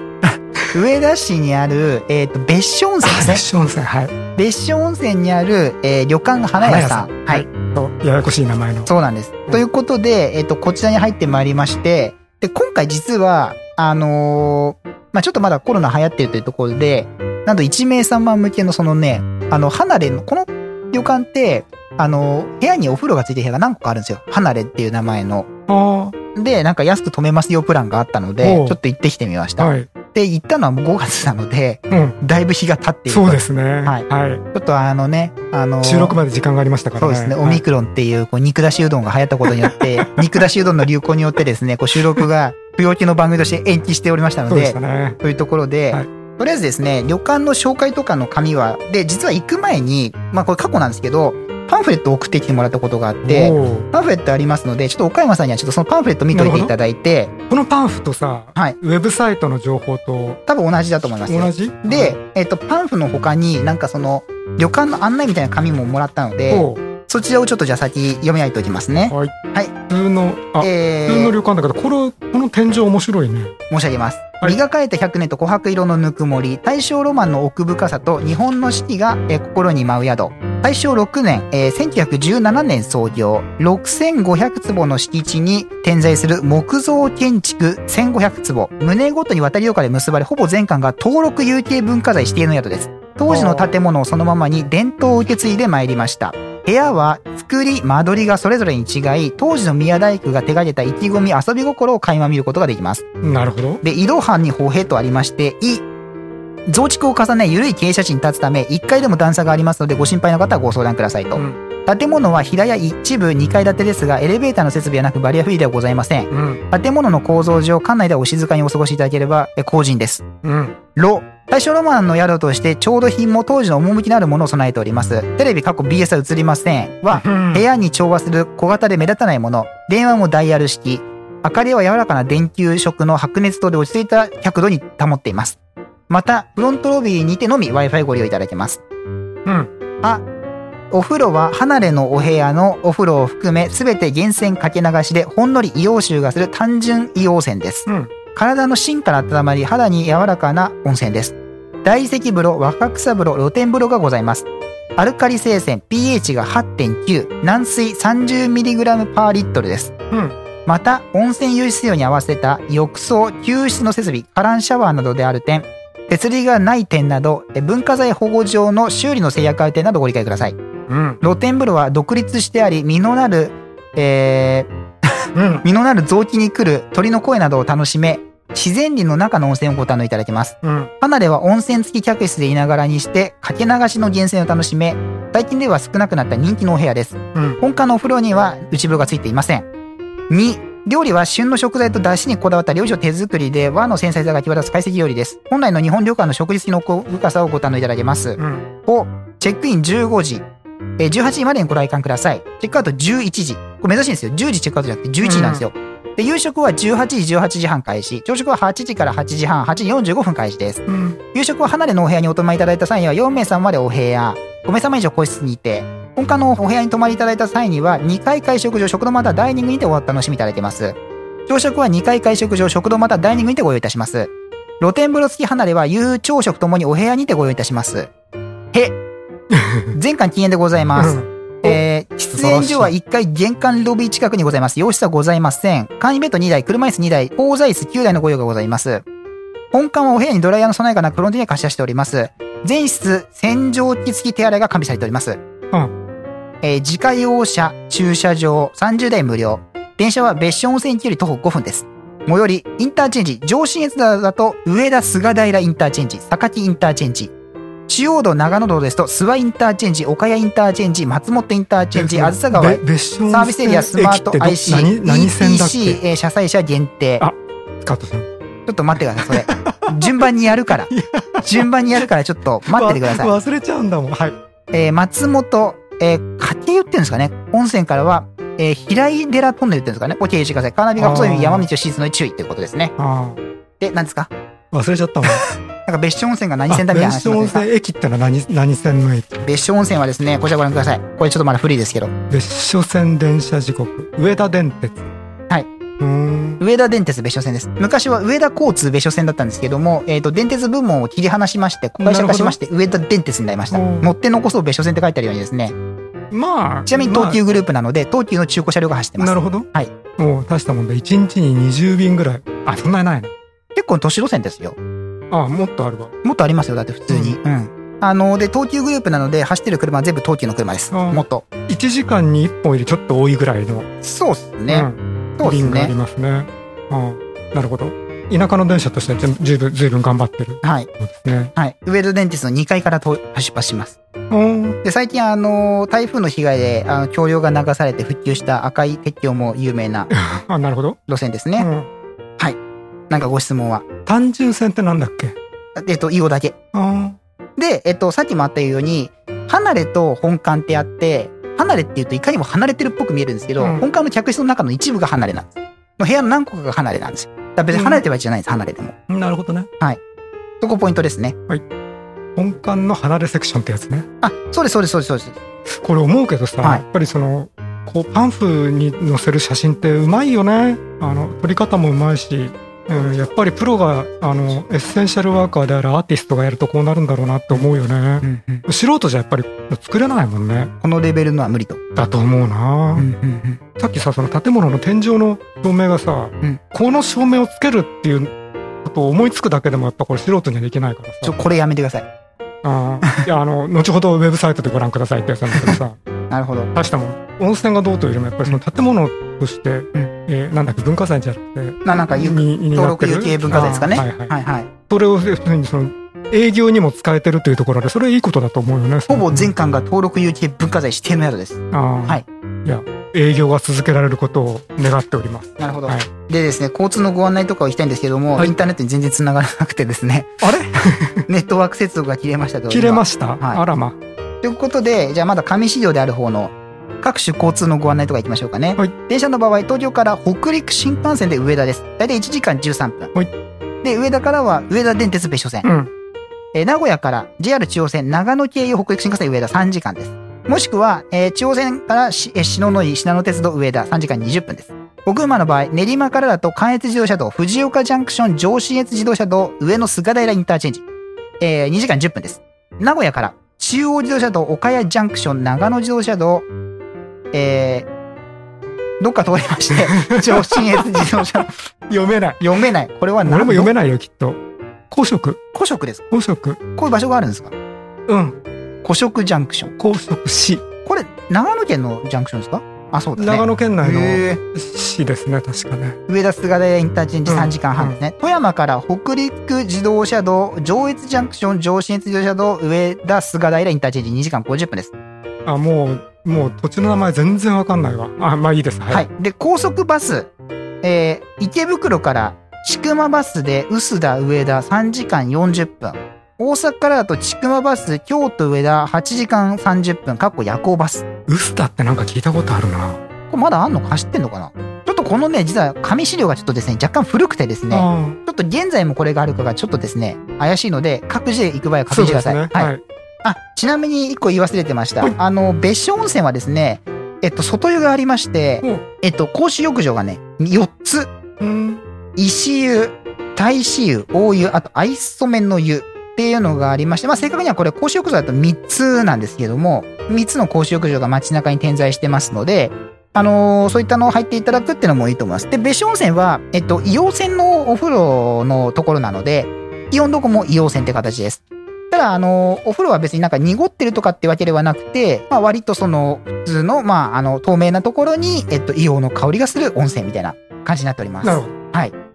C: 上田市にある、えっと、別所温泉
D: あ
C: で
D: 別
C: すね。
D: 所温泉はい
C: 別所温泉にある、えー旅館が花屋さん。はい。
D: そうややこしい名前の
C: そうなんです。ということで、えっ、と、こちらに入ってまいりまして、で、今回実は、あのーまあ、ちょっとまだコロナ流行ってるというところで、なんと1名様向けのそのね、あの、離れの、この旅館って、あのー部屋にお風呂がついてる部屋が何個かあるんですよ。離れっていう名前の。
D: あ
C: で、なんか安く泊めますよプランがあったので
D: お、う
C: ちょっと行ってきてみまし
D: あ
C: た。
D: はい
C: で、行ったのはもう5月なので、
D: うん
C: だいぶ日が経っていると
D: そうですね
C: は
D: はいい、
C: ちょっとあのね、あのー
D: 収録まで時間がありましたから
C: そう
D: ね
C: ですね、
D: はい
C: オミクロンっていうこう肉出しうどんが流行ったことによ って、肉出しうどんの流行によってですね、こう収録が不要気の番組として延期しておりましたの
D: そうで
C: で
D: した、ね
C: というところで、
D: はい
C: とりあえずですね、旅館の紹介とかの紙は、で、実は行く前に、まあこれ過去なんですけど、パンフレットを送ってきてもらったことがあって、
D: おー
C: パンフレットありますので、ちょっと岡山さんにはちょっとそのパンフレット見といていただいて、
D: このパンフとさ、
C: はい
D: ウェブサイトの情報と
C: 多分同じだと思いますよ
D: 同じ
C: で、えっと、パンフの他になんかその、旅館の案内みたいな紙ももらったので、
D: おう
C: そちらをちょっとじゃあ先読み上げておきますね。
D: はい、
C: はい
D: 普通のあ、
C: え
D: 普通の旅館だけどこれこの天井面白いね
C: 申し上げます、
D: はい
C: 磨かれた100年と琥珀色のぬくもり大正ロマンの奥深さと日本の四季が、えー心に舞う宿大正6年、えー1917年創業6500坪の敷地に点在する木造建築1500坪棟ごとに渡り丘で結ばれほぼ全館が登録有形文化財指定の宿です当時の建物をそのままに伝統を受け継いでまいりました部屋は作り間取りがそれぞれに違い当時の宮大工が手がけた意気込み遊び心を垣間見ることができます
D: なるほど
C: で、移動班に歩兵とありまして、い、増築を重ね、緩い傾斜地に立つため、1階でも段差がありますので、ご心配の方はご相談くださいと。
D: うん
C: 建物は平屋一部2階建てですが、エレベーターの設備はなくバリアフリーではございません。
D: うん
C: 建物の構造上、館内ではお静かにお過ごしいただければ、え公人です。
D: うん
C: ロ大正ロマンの宿として、調度品も当時の趣のあるものを備えております。テレビ、過去 BS は映りません。は、
D: うん
C: 部屋に調和する小型で目立たないもの、電話もダイヤル式、明かりは柔らかな電球色の白熱灯で落ち着いた100度に保っています。また、フロントロビーにてのみ Wi-Fi ご利用いただけます。
D: うん
C: あ、お風呂は離れのお部屋のお風呂を含め、すべて源泉かけ流しでほんのり硫黄臭がする単純硫黄泉です。
D: うん
C: 体の芯から温まり肌に柔らかな温泉です大石風呂若草風呂露天風呂がございますアルカリ性泉 pH が8.9軟水 30mg パーリットルです
D: うん
C: また温泉湧出量に合わせた浴槽救出の設備カランシャワーなどである点鉄理がない点などえ文化財保護上の修理の制約ある点などご理解ください
D: うん
C: 露天風呂は独立してあり実のなる、えー
D: うん
C: 実のなる雑木に来る鳥の声などを楽しめ自然林の中の温泉をご堪能いただけます
D: うん
C: 離れは温泉付き客室でいながらにしてかけ流しの源泉を楽しめ最近では少なくなった人気のお部屋です
D: うん
C: 本館のお風呂には内風呂がついていません2料理は旬の食材と出汁にこだわった料理を手作りで和の繊細さが際立つ懐石料理です本来の日本旅館の食事付きの奥深さをご堪能いただけます
D: うん
C: をチェックイン15時えー18時までにご来館くださいチェックアウト11時これ珍しいんですよ10時チェックアウトじゃなくて11時なんですよ、で夕食は18時18時半開始朝食は8時から8時半8時45分開始です
D: うん
C: 夕食は離れのお部屋にお泊まりいただいた際には4名様までお部屋5名様以上個室にいて本館のお部屋に泊まりいただいた際には2階会食場食堂またはダイニングにてお楽しみいただけます朝食は2階会食場食堂またはダイニングにてご用意いたします露天風呂付き離れは夕朝食ともにお部屋にてご用意いたしますへ全館禁煙でございます、
D: お
C: えー喫煙所は1階玄関ロビー近くにございます。洋室はございません。簡易ベッド2台、車椅子2台、宝座椅子9台のご用がございます。本館はお部屋にドライヤーの備えがなく、フロントには貸し出しております。全室、洗浄機付き手洗いが完備されております。
D: うん
C: えー自家用車、駐車場、30台無料。電車は別所温泉駅より徒歩5分です。最寄り、インターチェンジ、上信越だと、上田菅平インターチェンジ、坂木インターチェンジ。中央道長野道ですと、諏訪インターチェンジ、岡谷インターチェンジ、松本インターチェンジ、あずさ川、
D: べ別所温泉
C: サービスエリア、スマート
D: 駅ってど
C: IC、
D: 何何線だっ
C: ETC
D: け
C: えー、車載車限定。
D: あカットさん
C: ちょっと待ってください、それ。順番にやる から。順番にやるから、ちょっと待っててください。
D: わ忘れちゃうんだもんはい
C: えー松本、えー、家庭言ってるんですかね温泉からは、えー平井寺トンネルっていうんですかねお経由してください。カーナビが細い山道を沈むのに注意ということですね。
D: あ
C: で、何ですか
D: あ忘れちゃったもん
C: なんか別所温泉が何
D: あ
C: 線だみたいな
D: 別
C: 話に
D: 所
C: なって
D: 温
C: た
D: 泉駅ってのは何何線の駅
C: 別所温泉はですね、こちらご覧ください。これちょっとまだ古いですけど。
D: 別所線電車時刻上田電鉄はいうん
C: 上田電鉄別所線です。昔は上田交通別所線だったんですけども、えっ、と、電鉄部門を切り離しまして、会社化しまして、上田電鉄になりました。
D: うん
C: 乗って残そう別所線って書いてあるようにですね、
D: まあ
C: ちなみに東急グループなので、東急の中古車両が走って
D: まあ
C: ます
D: な。るほど
C: はい
D: もう大したもんで一日に20便ぐらいあそんなにないの
C: 結構都市路線ですよ。
D: あもっとあるわ
C: もっとありますよ、だって普通に。うん。あの、で、東急グループなので、走ってる車は全部東急の車です。
D: うん
C: もっと。
D: 1時間に1本よりちょっと多いぐらいの、
C: そうっすね。そううんっす
D: 便があり
C: ね。
D: ますねうんなるほど田舎の電車としては全部十分随分頑張ってる
C: はい。
D: そうですね
C: はい。上田電鉄の2階からと出発します。
D: うん
C: で、最近、あの、台風の被害で、あの、橋梁が流されて復旧した赤い鉄橋も有名な
D: あなるほど、
C: 路線です
D: う
C: ね。
D: ん、
C: なんかご質問は。
D: 単純線ってなんだっけ
C: えっと、伊予だけ。
D: あ
C: で、えっと、さっきもあったように、離れと本館ってあって、離れっていうといかにも離れてるっぽく見えるんですけど、
D: うん
C: 本館の客室の中の一部が離れなんです。の部屋の何個かが離れなんですよ。だから別に離れてるわけじゃないんです、離れても。
D: ーなるほどね
C: そこポイントですね。
D: 本館の離れセクションってやつね
C: あ、そうです、そうです、そうです、そうです。
D: これ思うけどさ、
C: はい
D: やっぱりそのこうパンフに載せる写真ってうまいよねあの撮り方もうまいし、うん、やっぱりプロがあのエッセンシャルワーカーであるアーティストがやるとこうなるんだろうなって思うよね素人じゃやっぱり作れないもんね
C: このレベルのは無理と。
D: だと思うな、さっきさその建物の天井の照明がさ、
C: うん
D: この照明をつけるっていうことを思いつくだけでもやっぱこれ素人にはできないからさ
C: ちょ、これやめてください。
D: あーいやあの後ほどウェブサイトでご覧くださいってやつなんだけどさ
C: なるほど。
D: 大したもん温泉がどうというよりもやっぱりその建物として、えーなんだっけ文化財じゃなくて
C: ななんか有、
D: にに
C: 登
D: なっ
C: 録
D: てる
C: 有形文化財ですかね。
D: あ
C: は
D: ー
C: い
D: はいはい
C: はい。
D: それを普通にその営業にも使えてるというところでそれいいことだと思うよね
C: ほぼ全館が登録有形文化財指定の宿です。は
D: はいいや営業が続けられることを願っております
C: なるほど。
D: はい
C: でですね、交通のご案内とかを行きたいんですけども、インターネットに全然繋がらなくてですね、
D: あれ
C: ネットワーク接続が切れましたと。
D: 切れま
C: し
D: した、
C: はい
D: あらま
C: た。ということで、じゃあまだ紙資料である方の各種交通のご案内とか行きましょうかね。
D: はい
C: 電車の場合、東京から北陸新幹線で上田です。大体1時間13分。
D: は
C: で、上田からは上田電鉄別所線。
D: うん
C: えー名古屋から JR 中央線長野経由北陸新幹線上田3時間です。もしくは、えー中央線からし、えー、篠ノ井、信濃鉄道上田3時間20分です。奥馬の場合、練馬からだと関越自動車道、藤岡ジャンクション上信越自動車道、上野菅平インターチェンジ、えー2時間10分です。名古屋から中央自動車道、岡谷ジャンクション、長野自動車道、えーどっか通りま して、上信越自動車道、
D: 読めない
C: 読めない。これは
D: 俺も読め
C: ない。
D: ないよきっと公職
C: 古食です。
D: 公職
C: こういう場所があるんですか
D: うん
C: 古食ジャンクション。
D: 公職市
C: これ、長野県のジャンクションですかあ、そうだね。
D: 長野県内
C: へー
D: の市ですね確かね
C: 上田菅平インターチェンジ
D: うん
C: 3時間半ですね、富山から北陸自動車道上越ジャンクション上信越自動車道上田菅平インターチェンジ2時間50分ですは、
D: あもうもう土地の名前全然わかんないわあまあいいですはい
C: で高速バス、えー池袋から千曲バスで臼田上田3時間40分大阪からだと千曲バス京都上田8時間30分かっこ夜行バス
D: ウスタってなんか聞いたことあるな、
C: これまだあんのか走ってんのかなちょっとこのね実は紙資料がちょっとですね若干古くてですね
D: あ
C: ちょっと現在もこれがあるかがちょっとですね、怪しいので、各自で行く場合は
D: あ
C: 確認してください。
D: そうですね
C: はい、
D: はい
C: あ、ちなみに一個言い忘れてました。
D: はい
C: あの、別所温泉はですね、えっと、外湯がありまして、
D: お
C: えっと、公衆浴場がね、4つ。
D: うん
C: 石湯、大石湯、大湯、あと愛想面の湯っていうのがありまして、まあ正確にはこれ公衆浴場だと3つなんですけども、3つの公衆浴場が街中に点在してますので、あのーそういったのを入っていただくっていうのもいいと思います。で、別所温泉は、えっと、硫黄泉のお風呂のところなので、イオンどこも硫黄泉って形です。ただ、あのーお風呂は別になんか濁ってるとかってわけではなくて、まあ割とその、普通の、まああの、透明なところに、えっと、硫黄の香りがする温泉みたいな感じになっております。
D: なるほど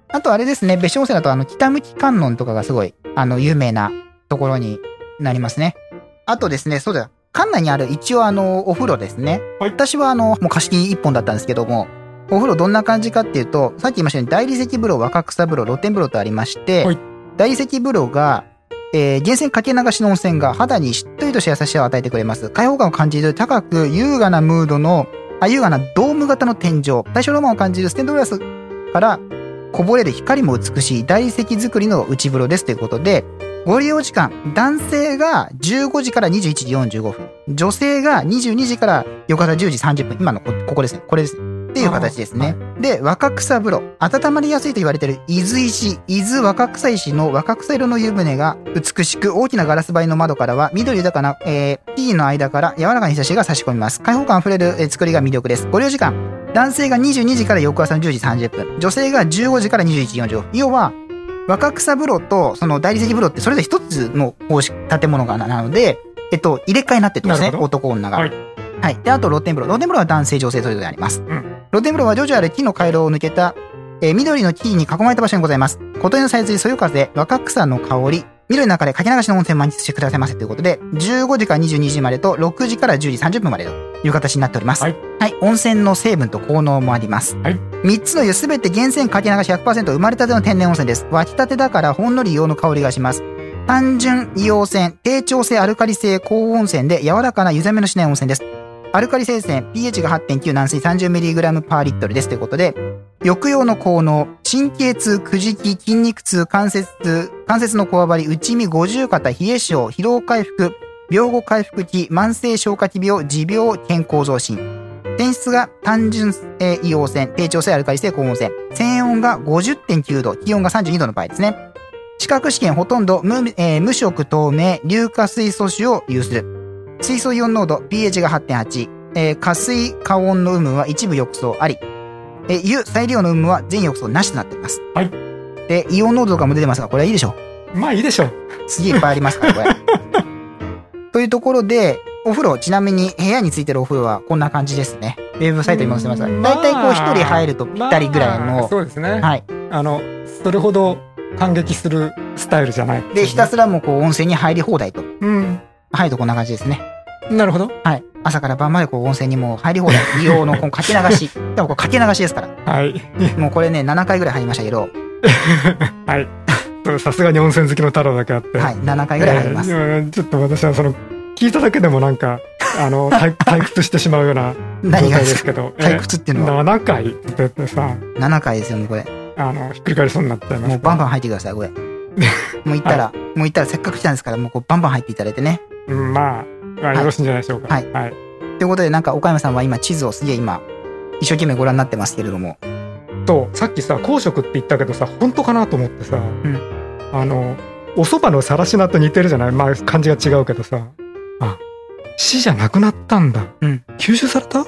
C: あとあれですね、別所温泉だとあの北向き観音とかがすごいあの有名なところになりますね。あとですね、そうだ、館内にある一応あのお風呂ですね。
D: はい
C: 私はあのもう貸し切り一本だったんですけども、お風呂どんな感じかっていうと、さっき言いましたように大理石風呂、若草風呂、露天風呂とありまして、
D: はい
C: 大理石風呂が、えー源泉かけ流しの温泉が肌にしっとりとした優しさを与えてくれます。開放感を感じる高く優雅なムードの、あ、優雅なドーム型の天井、大正ロマンを感じるステンドグラスからこぼれる光も美しい大理石造りの内風呂ですということで、ご利用時間、男性が15時から21時45分、女性が22時から夜方10時30分、今のこここですね、これですね。っていう形ですね。で、若草風呂。温まりやすいと言われている伊豆石、伊豆若草石の若草色の湯船が美しく、大きなガラス張りの窓からは緑豊かな、えー、木々の間から柔らかな日差しが差し込みます。開放感あふれる、えー作りが魅力です。ご利用時間、男性が22時から翌朝の10時30分、女性が15時から21時45分。要は、若草風呂とその大理石風呂ってそれぞれ一つの方式建物がななので、えっと、入れ替えになってるんですね。
D: なるほど
C: 男女が。
D: はい
C: はい。で、あと露天風呂。露天風呂は男性、女性それぞれあります。
D: ん
C: 露天風呂は徐々ある木の回廊を抜けた、えー緑の木に囲まれた場所にございます。小鳥のさえずり、そよ風、若草の香り、緑の中でかけ流しの温泉を満喫してくださいませということで、15時から22時までと、6時から10時30分までという形になっております。
D: はい。
C: 温泉の成分と効能もあります。
D: はい
C: 3つの湯すべて源泉かけ流し100%生まれたての天然温泉です。湧きたてだからほんのり硫黄の香りがします。単純硫黄泉、低調性アルカリ性高温泉で柔らかな湯冷めのしない温泉です。アルカリ性泉、pH が8.9軟水 30mg パーリットルですということで、抑揚の効能、神経痛、くじき、筋肉痛、関節痛、関節のこわばり、内身五十肩、冷え性、疲労回復、病後回復期、慢性消化器病、持病、健康増進。泉質が単純、えー硫黄泉、低調性アルカリ性高温泉。泉温が50.9度、気温が32度の場合ですね。資格試験ほとんど無,、えー無色透明、硫化水素種を有する。水素イオン濃度、pH が8.8。えー、加水加温の有無は一部浴槽あり。えー湯再利用の有無は全浴槽なしとなっております。
D: はい。
C: で、イオン濃度とかも出てますが、これはいいでしょう。
D: まあいいでしょう
C: すげえいっぱいありますから、こ れ。というところで、お風呂、ちなみに部屋についてるお風呂はこんな感じですね。ウェブサイトに載せてますが、
D: うん
C: 大体こう一人入るとぴったりぐらい
D: まあ
C: の、
D: そうですね、
C: はい。
D: あのそれほど感激するスタイルじゃない
C: で、ひたすらもうこう温泉に入り放題と。
D: うん
C: 入るとこんな感じですね。
D: なるほど
C: はい。朝から晩までこう温泉にもう入り放題。美容のこのかけ 流し。多分これかけ流しですから。
D: はい
C: もうこれね、7回ぐらい入りましたけど、
D: はい それさすがに温泉好きの太郎だけあって
C: はい。7回ぐらい入ります。
D: えーうんちょっと私はその聞いただけでもなんかあ の退退屈してしまうような状態
C: 何がで
D: ですす
C: か
D: けど
C: 退屈っていうのは
D: 7回ってってさ
C: 7回ですよ、もうこれ。
D: あのひっくり返りそうになっちゃいます
C: もうバンバン入ってください、 これ。もう行ったら、もう行ったらせっかく来たんですから、もうこうバンバン入っていただいてね。
D: うんまあまあよろしいんじゃないでしょうか
C: はい
D: はい
C: ということで、なんか岡山さんは今地図をすげえ今、一生懸命ご覧になってますけれども。
D: とさっきさ公職って言ったけどさ本当かなと思ってさ、
C: ん
D: あのお蕎麦のさらしなと似てるじゃないまあ漢字が違うけどさあ死じゃなくなったんだ、
C: うん
D: 吸収された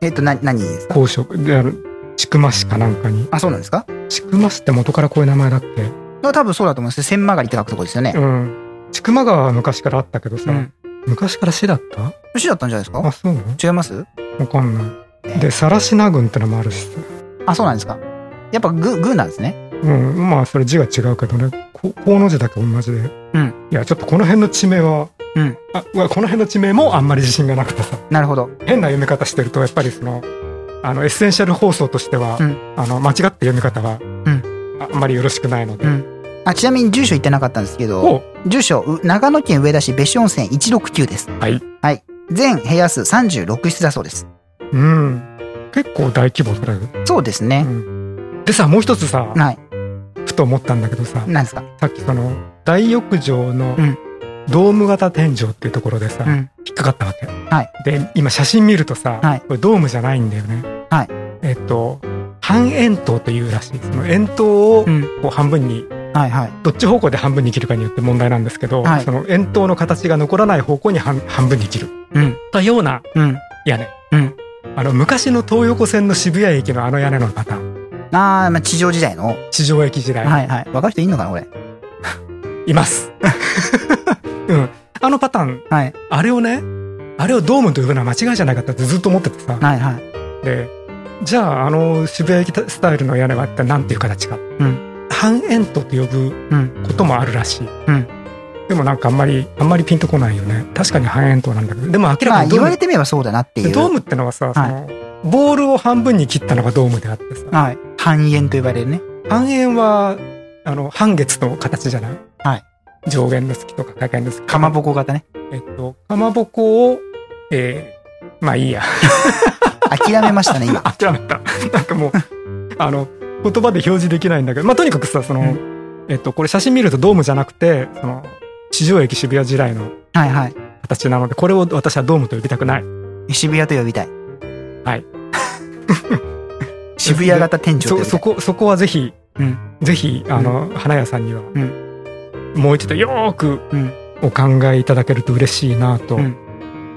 C: えっ、と、な、何ですか
D: 公職であの千曲市かなんかに
C: あ、そうなんですか
D: 千曲市って元からこういう名前だっけ
C: が多分そうだと思うんですよ千曲がりって書くとこですよね
D: う、ん千曲川は昔からあったけど
C: う
D: さ、
C: ん、
D: 昔から市だった
C: 牛だったんじゃないです
D: あ
C: か
D: そうなの
C: 違います
D: わかんないで更科郡ってのもあるしさ
C: あそうなんですかやっぱググーなんですね
D: うんまあそれ字が違うけどねここの字だけ同じで、
C: ん
D: いやちょっとこの辺の地名は、
C: うん
D: あうわこの辺の地名もあんまり自信がなくてさ
C: なるほど
D: 変な読み方してるとやっぱりそのあのエッセンシャル放送としては、
C: うん
D: あの間違った読み方は、ああんまりよろしくないので、
C: うんあちなみに住所言ってなかったんですけど
D: お
C: 住所う長野県上田市別所温泉169です
D: はい、
C: はい、全部屋数36室だそうです
D: うん、結構大規模だよ、
C: そうです
D: う
C: ね、
D: ん、でさもう一つさ
C: はい
D: ふと思ったんだけどさ
C: なんですか
D: さっきその大浴場の
C: うん
D: ドーム型天井っていうところでさ、
C: うん
D: 引っかかったわけ、
C: はい
D: で今写真見るとさ、
C: はい
D: これドームじゃないんだよね、
C: はい
D: えっと半円筒というらしいその円筒を
C: うん
D: こう半分に
C: はいはい
D: どっち方向で半分に切るかによって問題なんですけど、
C: はい
D: その円筒の形が残らない方向に半半分に切る
C: うん
D: というような
C: うん
D: 屋根
C: うん
D: あの昔の東横線の渋谷駅のあの屋根のパターン
C: あー、まあ地上時代の、は
D: 地上駅時代、
C: い、はい分かる人いんのかなこれ
D: い、ます うんあのパターン
C: はい
D: あれをねあれをドームというのは間違いじゃないかってずっと思っててさ
C: はいはい
D: でじゃああの渋谷駅スタイルの屋根は一体何ていう形か、
C: ん
D: 半円筒と呼ぶ
C: うん
D: こともあるらしい、
C: うん
D: でもなんかあんまりあんまりピンとこないよね確かに半円筒なんだけどでも明ら
C: ま
D: か
C: あ
D: にド
C: 言
D: ー
C: わ
D: ム
C: れてみればそうだなってい
D: で
C: う
D: ドームってのはさ、そのボールを半分に切ったのがドームであってさ
C: はい半円と呼ばれるね
D: 半円はあの半月の形じゃない、
C: はい
D: 上限の月とか下限の月と
C: かまぼこ型ね
D: えっとかまぼこをえーまあいいや
C: 諦めました ね今
D: 諦めたなんかもうあの言葉で表示できないんだけどまあとにかくさその、
C: う
D: えっとこれ写真見るとドームじゃなくてその地上駅渋谷時代の
C: はいはい
D: 形なのでこれを私はドームと呼びたくない
C: 渋谷と呼びたい。
D: はい。
C: 渋谷型店長と呼
D: そ
C: びた
D: そ
C: い。
D: こそこはぜひ、
C: うん
D: ぜひあの、花屋さんには、もう一度よーく
C: うん
D: お考えいただけると嬉しいなと、
C: うん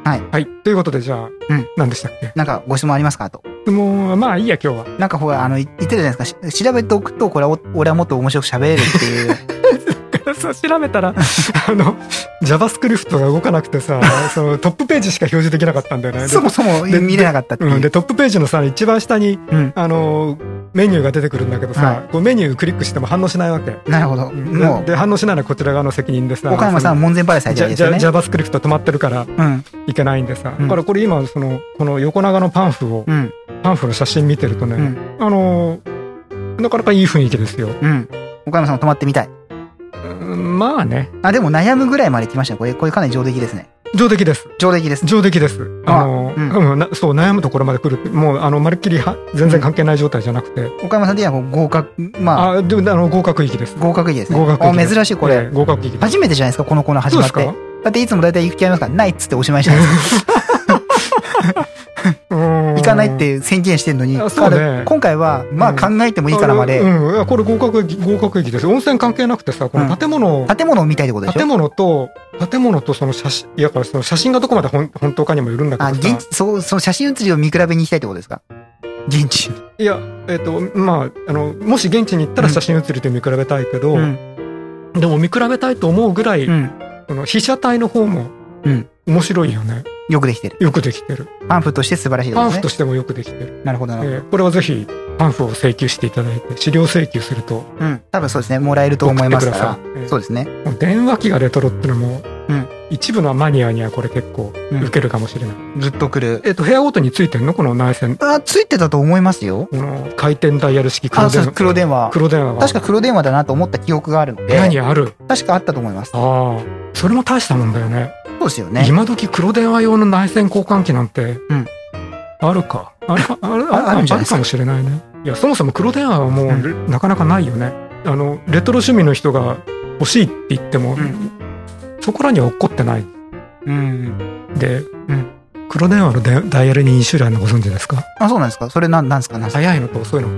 C: はい
D: ということでじゃあ、
C: うん
D: 何でしたっけ
C: なんかご質問ありますかと。
D: 質問はまあいいや今日は
C: なんかほら、あの、い言ってるじゃないですか。し調べておくと、これはお俺はもっと面白く喋れるっていう。
D: そう調べたらあの JavaScript が動かなく てさそのトップページしか表示できなかったんだよねで
C: そもそも
D: で
C: 見れなかったっていう。
D: うん、でトップページのさ一番下に
C: うん
D: あのメニューが出てくるんだけどさ、
C: は
D: こうメニュークリックしても反応しないわけ、
C: なるほど。
D: うん
C: も
D: で反応しないのはこちら側の責任で
C: う、
D: さ
C: 岡山さん
D: その
C: は門前払いされち
D: じ
C: ゃう
D: ゃ
C: んです
D: じ
C: よ
D: ゃ
C: ね。
D: JavaScript 止まってるから
C: うん。
D: いけないんでさ、
C: うん
D: だからこれ今そのこの横長のパンフを、
C: うん。
D: パンフの写真見てるとね、
C: うん
D: あのーなかなかいい雰囲気ですよ。
C: うん。岡山さんも泊まってみたい。
D: うんまあね
C: あ、でも悩むぐらいまで来ましたね。これ、これかなり上出来ですね。
D: 上出来です
C: 上出来です。
D: 上出来です。あのー
C: あう
D: うんなそう悩むところまで来るもうあのまるっきりは全然関係ない状態じゃなくて、
C: 岡山さん的にはこう合格、まあ、
D: あでもあの合格域です。
C: 合格域ですね。
D: 合格域で
C: あ
D: す
C: 珍しい、こ
D: ええ
C: れ。
D: 合格域です。
C: 初めてじゃないですか、このコーナー始まっ
D: そう
C: て
D: で。
C: だっていつも大体行く気ありますから、ないっつっておしまいじゃないですか。
D: 行
C: 行かないって宣言してんのに、
D: あそうね
C: あれ今回は、まあ
D: う
C: 考えてもいいからまで、
D: うん、いやこれ合格域合格域です。温泉関係なくてさこの建物、
C: 建物を見たいってことでし
D: 建
C: ょ
D: 物と建物とその写真いやだからその写真がどこまで本本当かにもよるんだ
C: あ、
D: けど
C: 現
D: さ
C: 地、そう、その写真写りを見比べに行きたいってことですか現地。
D: いやえっ、とまああのもし現地に行ったら写真写りと見比べたいけど、
C: ん。
D: でも見比べたいと思うぐらい、
C: うん。
D: この被写体の方も
C: うん
D: 面白いよね、
C: よくできてる。
D: よくできてる
C: パンフとして素晴らしい
D: パ
C: です
D: ンフ
C: ね
D: と。してもよくできてる、
C: なるほどな
D: え
C: るほ
D: ーこれはぜひパンフを請求していただいて資料請求すると
C: ど。うん。多分そうですね。もらえると思いますか
D: 送ってくださいえ
C: ら。
D: え
C: そうですね。
D: もう電話機がレトロってのも、
C: うん
D: 一部のマニアにはこれ結構受けるかもしれない、
C: ずっと来る。
D: えっ、と部屋ごとについてんのこの内線こ
C: あ、ついてたと思いますよ。
D: の回転ダイヤル式黒
C: あ、
D: 電
C: そう
D: 話
C: です黒電話。
D: 黒電話は
C: 確か黒電話だなと思った記憶があるの
D: 部屋に
C: で、
D: ある
C: 確かあったと思います。
D: ああそれも大したもんだよね
C: そうですよね。
D: 今時黒電話用の内線交換機なんて、
C: ん
D: あるかあれあれ
C: あ
D: あ
C: あるんじゃ
D: あ
C: ないで
D: る
C: すか
D: かもしれないねいやそもそも黒電話はもう、
C: う
D: なかなかないよねあのレトロ趣味の人が欲しいって言っても、
C: ん
D: そこらには落っこってない
C: うん。
D: で、
C: ん
D: 黒電話のダイダイヤルに2種類あるのご存知ですか
C: あ、そうなんですかそれなん、なんですかなんですか
D: 早いのと遅いの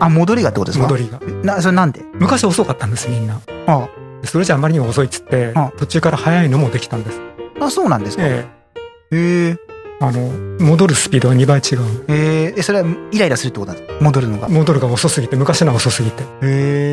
C: あ、戻りがってことですか
D: 戻りが
C: な、それなんで
D: 昔遅かったんですみんな
C: あ
D: それじゃあまりにも遅いっつって
C: あ
D: 途中から早いのもできたんです
C: あ、そうなんですかへ
D: ええ
C: え。
D: あの戻るスピードが2倍違う
C: えー、えそれはイライラするってことなんですか戻るのが
D: 戻るが遅すぎて昔のは遅すぎて
C: へ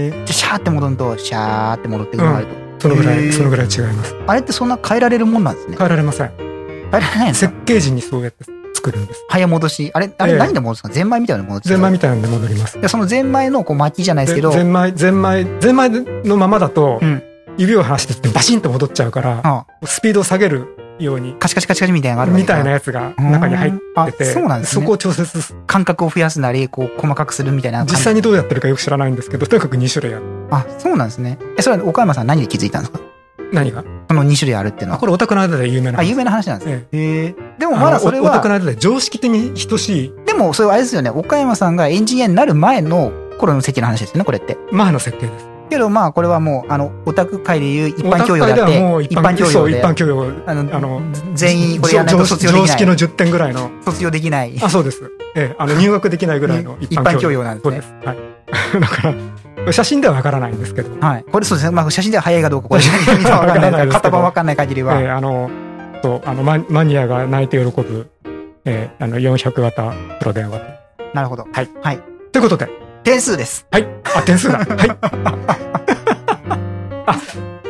C: えじゃあシャーって戻るとシャーって戻ってくるのがあると、
D: そのぐら
C: へー
D: いそのぐらい違います
C: あれってそんな変えられるもんなんですね
D: 変えられません
C: 変えられないんです
D: 設
C: か
D: 計時にそうやって作るんです
C: 早戻しあれあ
D: え
C: れ
D: え
C: 何で戻すんですかゼンマイみたいなもの
D: ゼンマイ
C: い
D: みたいなんで戻ります
C: やそのゼンマイのこう巻きじゃないですけ
D: ぜ
C: ど
D: ゼンマイゼンマイゼンマイのままだと
C: うん
D: 指を離してってバシンと戻っちゃうから
C: ああ
D: スピードを下げるように
C: カチカチカチカチみたいなのがあるわけ
D: みたいな
C: な
D: やつが中に入ってて
C: あそうなんですね
D: そこを調節す
C: 感覚を増やすなりこう細かくするみたいな感じ
D: 実際にどうやってるかよく知らないんですけどとにかく2種類ある
C: あそうなんですねえそれは岡山さん何で気づいたんですか
D: 何が
C: その2種類あるっていうの
D: あ
C: は
D: これオタクの間で有名な
C: あ有名な話なんですね
D: え
C: へえで
D: え
C: もまだそれ
D: あのおオタク
C: は
D: の間で常識的に等しい
C: でもそれはあれですよね岡山さんがエンジニアになる前の頃の席の話ですよねこれって
D: 前の設計です
C: けどまあこれはもうあのオタク界でいう一
D: オタ
C: 般教
D: ク
C: 養
D: 界
C: で
D: で
C: あっ
D: は
C: て
D: もう一般教養
C: で
D: 一般教養
C: あの
D: あの
C: 全員これやらないと卒業で
D: 常
C: き
D: 識
C: な
D: の
C: い
D: 10点ぐらいの
C: 卒業できない
D: あそうですええあの入学できないぐらい
C: う
D: の
C: ん
D: 一
C: 一
D: 般教養
C: 般教養なんです
D: そう
C: ね
D: ですはい だから写真ではわからないんですけど
C: はいこれそうですねまあ写真では早いかどうかこれ見たらわかんないですから片
D: わかんないですけど
C: 場わかんない限りは、
D: えーあのそうあのママニアが泣いて喜ぶ、えーあの400型プロ電話
C: なるほど
D: はい、
C: はい、
D: ということで
C: 点数です
D: はいあ 点数だはいあ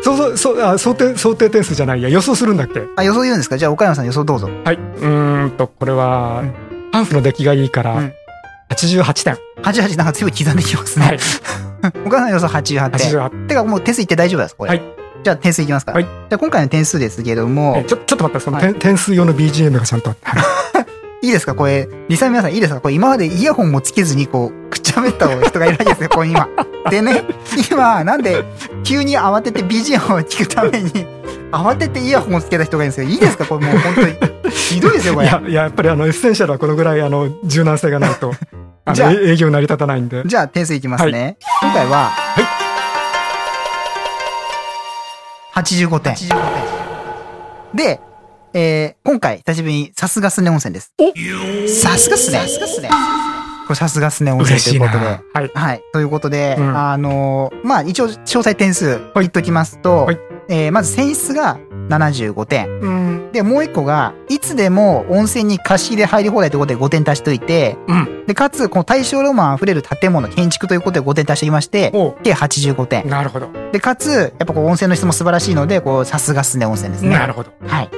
D: そうそうそうあ想定想定点数じゃないや予想するんだっけ
C: あ予想言うんですかじゃあ岡山さん予想どうぞ
D: はいうーんとこれは、
C: うん
D: ハンフの出来がいいから、
C: うん
D: 88点
C: 88なんか強い刻んできますね、
D: はい
C: 岡山さん予想88点
D: 88
C: てかもう点数いって大丈夫ですこれ、
D: はい
C: じゃあ点数いきますか、
D: はい
C: じゃあ今回の点数ですけど
D: え
C: も
D: ちょちょっと待ってその、
C: はい
D: 点点数用の BGM がちゃんとあってはい
C: いいですかこれ、リサの皆さんいいですかこれ今までイヤホンもつけずにこう、くっちゃべった人がいるわけですよ、これ今。でね、 今、なんで、急に慌てて BGM を聞くために、慌ててイヤホンをつけた人がいるんですよ。いいですかこれもう本当に。ひどいですよ、こ
D: い
C: れ。
D: やいややっぱりあのエッセンシャルはこのぐらいあの柔軟性がない とあ
C: じゃあ
D: のえ営業成り立たないんで
C: じゃあ点数いきますね。今回は、85点。で、えー今回、久しぶりに、さすがすね温泉です。さすがっすね。さすがっすね。これさすがっすね温泉
D: 嬉
C: と
D: し
C: い
D: いう
C: こ
D: な
C: とで。
D: はい
C: はい。ということで、
D: うん
C: あのーまあ、一応、詳細点数、言っときますと、
D: はい
C: えーまず、泉質が75点。
D: うん
C: で、もう一個が、いつでも温泉に貸し入れ入り放題ということで5点足しといて、
D: うん
C: で、かつ、この大正ロマン溢れる建物、建築ということで5点足していまして、
D: おう
C: 計85点。
D: なるほど。
C: で、かつ、やっぱこう、温泉の質も素晴らしいので、こう、さすがっすね温泉ですね。
D: なるほど。
C: はい。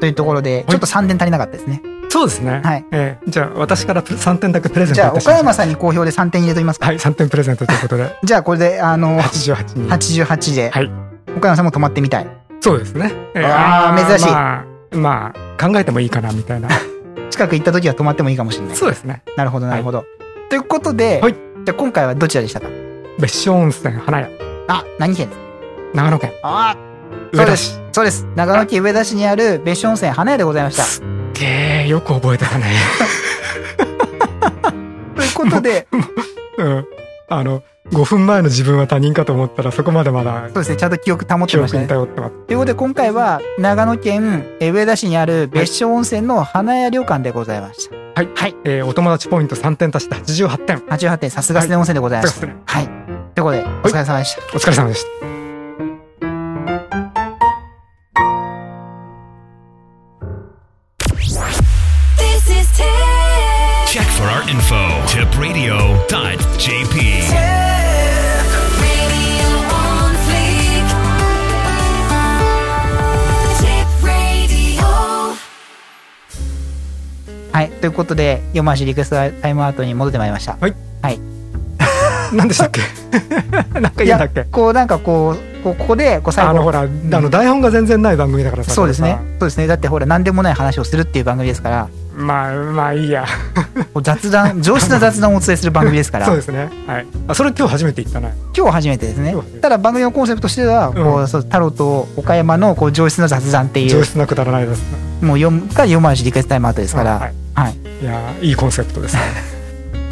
C: というところで、ちょっと3点足りなかったですね。
D: そうですね。
C: はい
D: ええじゃあ、私からプ3点だけプレゼント
C: じゃあ、
D: いたし
C: 岡
D: ます
C: 山さんに好評で3点入れときますか。
D: はい、3点プレゼントということ で、
C: じゃあ、これで、あのー、
D: 88人。
C: 88で、
D: はい
C: 岡山さんも泊まってみたい。
D: そうですね。ええ
C: あー珍しい
D: まあ、まあ、考えてもいいかな、みたいな。
C: 近く行った時は泊まってもいいかもしれない。
D: そうですね。
C: なるほど、なるほど。ということで、
D: はい
C: じゃあ今回はどちらでしたか
D: 別所温泉、花屋、
C: あ、何県です
D: 長野県、
C: ああ、そ
D: 上
C: うで
D: 田市。
C: す。そうです。長野県上田市にある別所温泉花屋でございました。
D: ええよく覚えてたね。
C: ということ で、
D: うん。あの、5分前の自分は他人かと思ったら、そこまでまだ
C: そうですね、ちゃんと記憶保って
D: 記
C: ま
D: 憶
C: した
D: に
C: ね。
D: 頼ってます。
C: ということで、今回は長野県え上田市にある別所温泉の花屋旅館でございました。
D: はい。
C: はい。
D: ええお友達ポイント3点足して88点。
C: 88点、さすがすね温泉でございました。
D: はい
C: はい。ということで、お疲れ様でした。
D: お疲れ様でした。
B: This is Tip
A: Check for our info. Tipradio.jp.
B: Radio on Fleek. Tip Radio.
C: はい。ということで、夜回しリクエストタイムアウトに戻ってまいりました。
D: はい。
C: はい。
D: 何でし たっけなんか
C: い
D: 言うんだっけ
C: こうなんかこうこうここでこう最
D: あの
C: 後
D: ほら、あの台本が全然ない番組だからさ
C: そうですね
D: こ
C: そうですねだってほら何でもない話をするっていう番組ですから
D: れさまあまあいいや
C: こう雑談上質な雑談をお伝えする番組ですから
D: そうですねはいあそれ今日初めて言ったね
C: 今日初めてですね
D: 今日初めて
C: ただ番組のコンセプトとしてはこう、
D: うん
C: そう太郎と岡山のこう上質な雑談ってい
D: 上
C: う
D: 質なくだらないですね
C: もう読から読まれしリクエストタイムアウトですから、
D: うん
C: はい
D: いやいいコンセ プトですね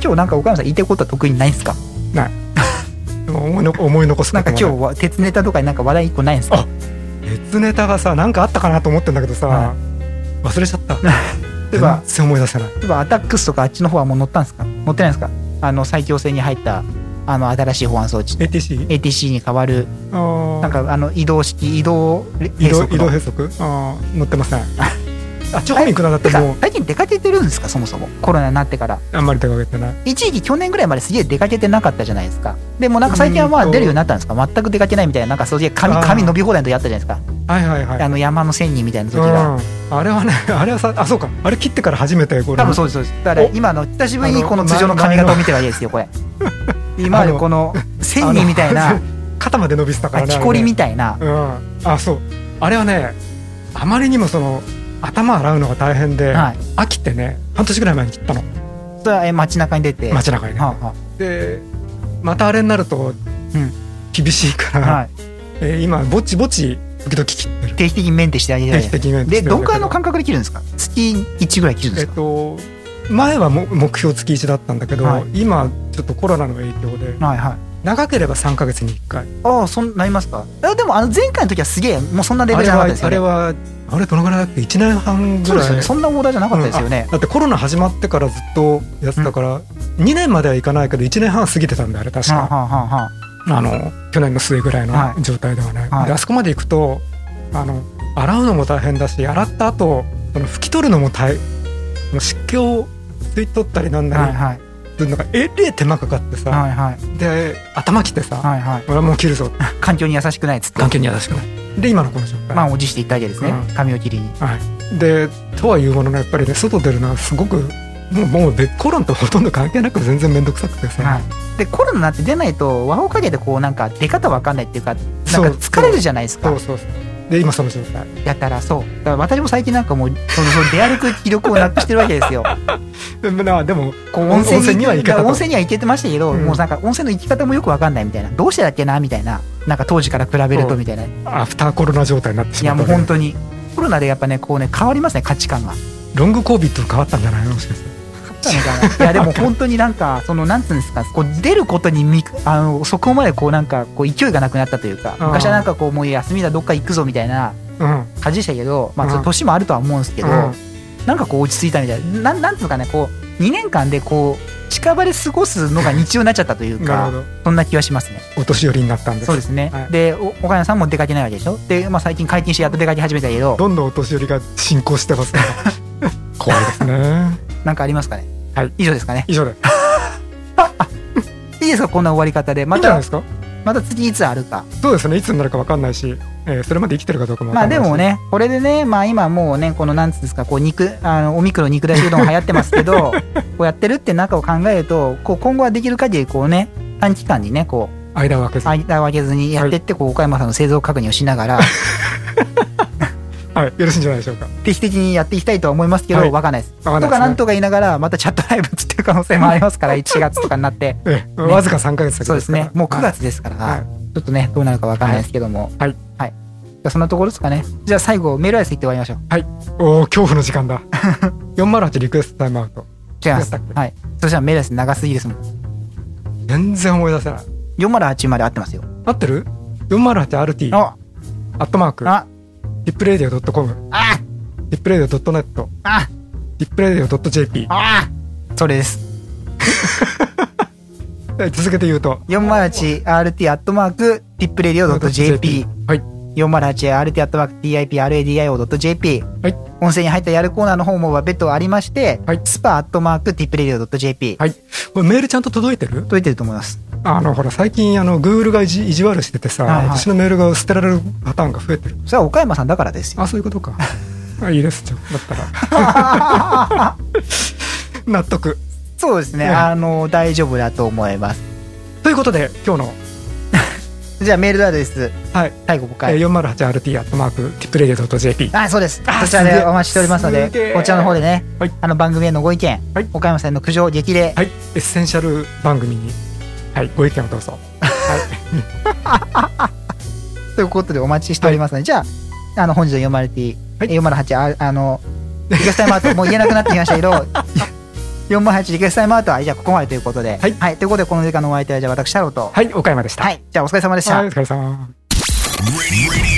C: 今日なんか岡山さん言いたいことは特にないんですか
D: ないでも思いの思い残す
C: なんか
D: ことも
C: 今日は
D: い
C: 鉄ネタとかになんか話題一個ないん ですか
D: あ別ネタがさなんかあったかなと思ってんだけどさ、
C: は
D: 忘れちゃった
C: 例えば
D: 全然思い出せない
C: 例えばアタックスとかあっちの方はもう乗ったんですか乗ってないんですかあの最強制に入ったあの新しい保安装置
D: ATC
C: ATC に変わる
D: あー
C: なんかあの移動式移動
D: 移
C: 閉
D: 動
C: 塞
D: 移動
C: の
D: 閉塞あー乗ってませんあチョコミンクなだって
C: てか
D: もう
C: 最近出かけてるんですかそもそもコロナになってから
D: あんまり出かけてない
C: 一時期去年ぐらいまですげえ出かけてなかったじゃないですかでもなんか最近はま
D: う
C: あ
D: んと
C: 出るようになったんですか全く出かけないみたいななんかそういう髪
D: あー
C: 髪伸び放題の時あったじゃないですか
D: はいはいはい
C: あの山の仙人みたいな時
D: うん
C: が
D: あれはね あれはさあそうかあれ切ってから初めてこれ
C: 多分そうですそうですだから今の久しぶりにこの通常の髪型を見てるわけですよこれ今までこの仙人みたい
D: あ
C: な
D: の 肩まで伸びてたからね
C: 木こりみ
D: た
C: たいな
D: うんあそうあれはねあまりにもその頭洗うのが大変で、
C: はい
D: 飽きてね半年ぐらい前に切ったの
C: それはえ街中に出て
D: 街中にね、
C: はあは
D: でまたあれになると
C: うん
D: 厳しいか
C: あ
D: ら、
C: はい
D: えー今ぼちぼち時々切ってる
C: 定期的にメンテしてあげてる
D: 定期的にメンテ
C: で
D: してるんだ
C: ど
D: けど
C: んくらいの間隔で切るんですか月1ぐらい切るんで
D: え
C: す
D: っ
C: か
D: と前はも目標月1だったんだけど、
C: は
D: 今ちょっとコロナの影響で
C: はいはい
D: 長ければ3か月に1回
C: ああそんなりますかあでもあの前回の時はすげえもうそんなレベ
D: あ
C: ル
D: れ
C: じゃな
D: は
C: かったです
D: あ
C: よ
D: れ
C: ね
D: はあれどのぐらいだっけ1年半ぐ
C: そうで
D: らい
C: すよねそんなオーダーじゃなかったですよね
D: うんあだってコロナ始まってからずっとやってたから、2年まではいかないけど1年半過ぎてたんだよあれ確
C: はあ
D: か、
C: はあはあはあ
D: あの去年の末ぐらい
C: は
D: の状態ではね、
C: はい
D: であそこまで行くとあの洗うのも大変だし洗った後その拭き取るのも大もう湿気を吸い取ったりなんなり、
C: はいはい
D: なんかえれえ手間かかってさ、
C: はいはい
D: で頭きてさ、
C: はいはい
D: 俺はもう切るぞ
C: 環境に優しくないっつって
D: 関係に優しくないで今のこの状態、
C: まあおじしていったわけですね
D: うん
C: 髪を切りに
D: はい、でとはいうもののやっぱりね外出るのはすごくもうもうでコロナとほとんど関係なく全然面倒くさくてさ、
C: はいでコロナになって出ないと輪をかけてこうなんか出方わかんないっていうかなんか
D: そう
C: 疲れるじゃないです
D: そ
C: か
D: うそうそうで今その状態
C: やたらそうだから私も最近なんかもうそのその出歩く気力をなくしてるわけ ですよ
D: でもなでも
C: こう
D: 温温泉には行けたと
C: 温泉には行けてましたけど、
D: うん
C: もうなんか温泉の行き方もよくわかんないみたいなどうしてだっけなみたいななんか当時から比べるとみたいな
D: アフターコロナ状態になってし
C: い
D: ま
C: や
D: っ
C: も
D: た
C: う
D: わ
C: 本
D: け
C: 当にコロナでやっぱねこうね変わりますね価値観が。
D: ロングコービット変わったんじゃないのもしかして
C: いやでも本当になんかそのなんつうんですかこう出ることにみあのそこまでこうなんかこう勢いがなくなったというか
D: うん
C: 昔はなんかこうもう休みだどっか行くぞみたいな
D: うん
C: 感じでしたけどまあ
D: うん
C: ちょっと年もあるとは思うんですけど、
D: うん
C: なんかこう落ち着いたみたいななんなんつうかねこう2年間でこう近場で過ごすのが日常になっちゃったという
D: なる
C: か
D: ほど
C: そんな気はしますね。
D: お年寄りになったんです
C: そうですね、
D: はい
C: でお岡山さんも出かけないわけでしょで、まあ、最近解禁してやっと出かけ始めたけど
D: どんどんお年寄りが進行してますから 怖いですね
C: なんかありますかね、
D: はい
C: 以上ですかね
D: 以上でい
C: いいですかこんな終わり方で
D: い
C: ま
D: んじゃない
C: た
D: ですか
C: また次いつあるか
D: そうですねいつになるかわかんないし、えーそれまで生きてるかどうかもわ
C: ま
D: か
C: あ
D: んな
C: で
D: いし
C: もねこれでねまあ今もうねこのなんつうんですかこう肉あのおミクロ肉出しうどん流行ってますけ どこうやってるって中を考えるとこう今後はできる限りこうね短期間にねこう
D: 間を空けずに
C: 間を空けずにやってってこう岡山さんの製造確認をしなが ら
D: はい、よろしいんじゃないでしょうか
C: 定期的にやっていきたいとは思いますけど、
D: はい
C: わかんないです。
D: わかんないですね
C: とかなんとか言いながらまたチャットライブつってる可能性もありますから1月とかになって
D: ええわずか3ヶ月先
C: そうです
D: から
C: ねもう9
D: はい
C: 月ですから、
D: はい
C: ちょっとねどうなるかわかんないですけども
D: はい、
C: はい、じゃあそんなところですかねじゃあ最後メールアイス行って終わりましょう。
D: はい、おお恐怖の時間 だ408リクエストタイムアウト
C: 違います。
D: 違ったっけ
C: はい。そしたらメールアイス長すぎですもん。
D: 全然思い出せない
C: 408まで合ってますよ。
D: 合ってる ?408RT ア
C: あ、
D: ットマーク
C: あ、
D: tipradio.com
C: あ、
D: tipradio.net
C: あ、
D: tipradio.jp
C: あ、それです。
D: え続けて言うと
C: 408rt.tipradio.jp
D: はい、
C: 408rt.tipradio.jp
D: はい、
C: 音声に入ったやるコーナーの方もは別途ありまして、
D: はい
C: スパ .tipradio.jp
D: はい、これメールちゃんと届いてる
C: 届いてると思います。
D: あのほら最近あの Google が意地意地悪しててさ、
C: はいはい
D: 私のメールが捨てられるパターンが増えてる
C: それは岡山さんだからですよ。
D: あそういうことか あいいですじゃあだったら 納得
C: そうですね。
D: うん
C: あの、大丈夫だと思います。
D: ということで今日の
C: じゃあメールアドレス、
D: はい
C: 最後5回。
D: えー 408RT アットマーク tipradio.jp
C: あそうですこ
D: あ
C: ちら
D: すげ
C: で
D: え
C: お待ちしておりますのです
D: げえ
C: こちらの方でね、
D: はい
C: あの番組へのご意見、
D: はい
C: 岡山さんへの苦情激励、
D: はいエッセンシャル番組に、はい、ご意見をどうぞ、はい、
C: ということでお待ちしておりますので、じゃああの本日の読まれて、
D: はい
C: 読まれ8ああ のリクエストタイムアウトもう言えなくなってきましたけど408リクエストタイムアウトはじゃあここまでということで、
D: はい
C: ということでこの時間のお相手はじゃあ私太郎と、
D: はい、岡山でした、
C: はい、じゃあお疲れ様でした。
D: はい、お疲れ様
A: Radio.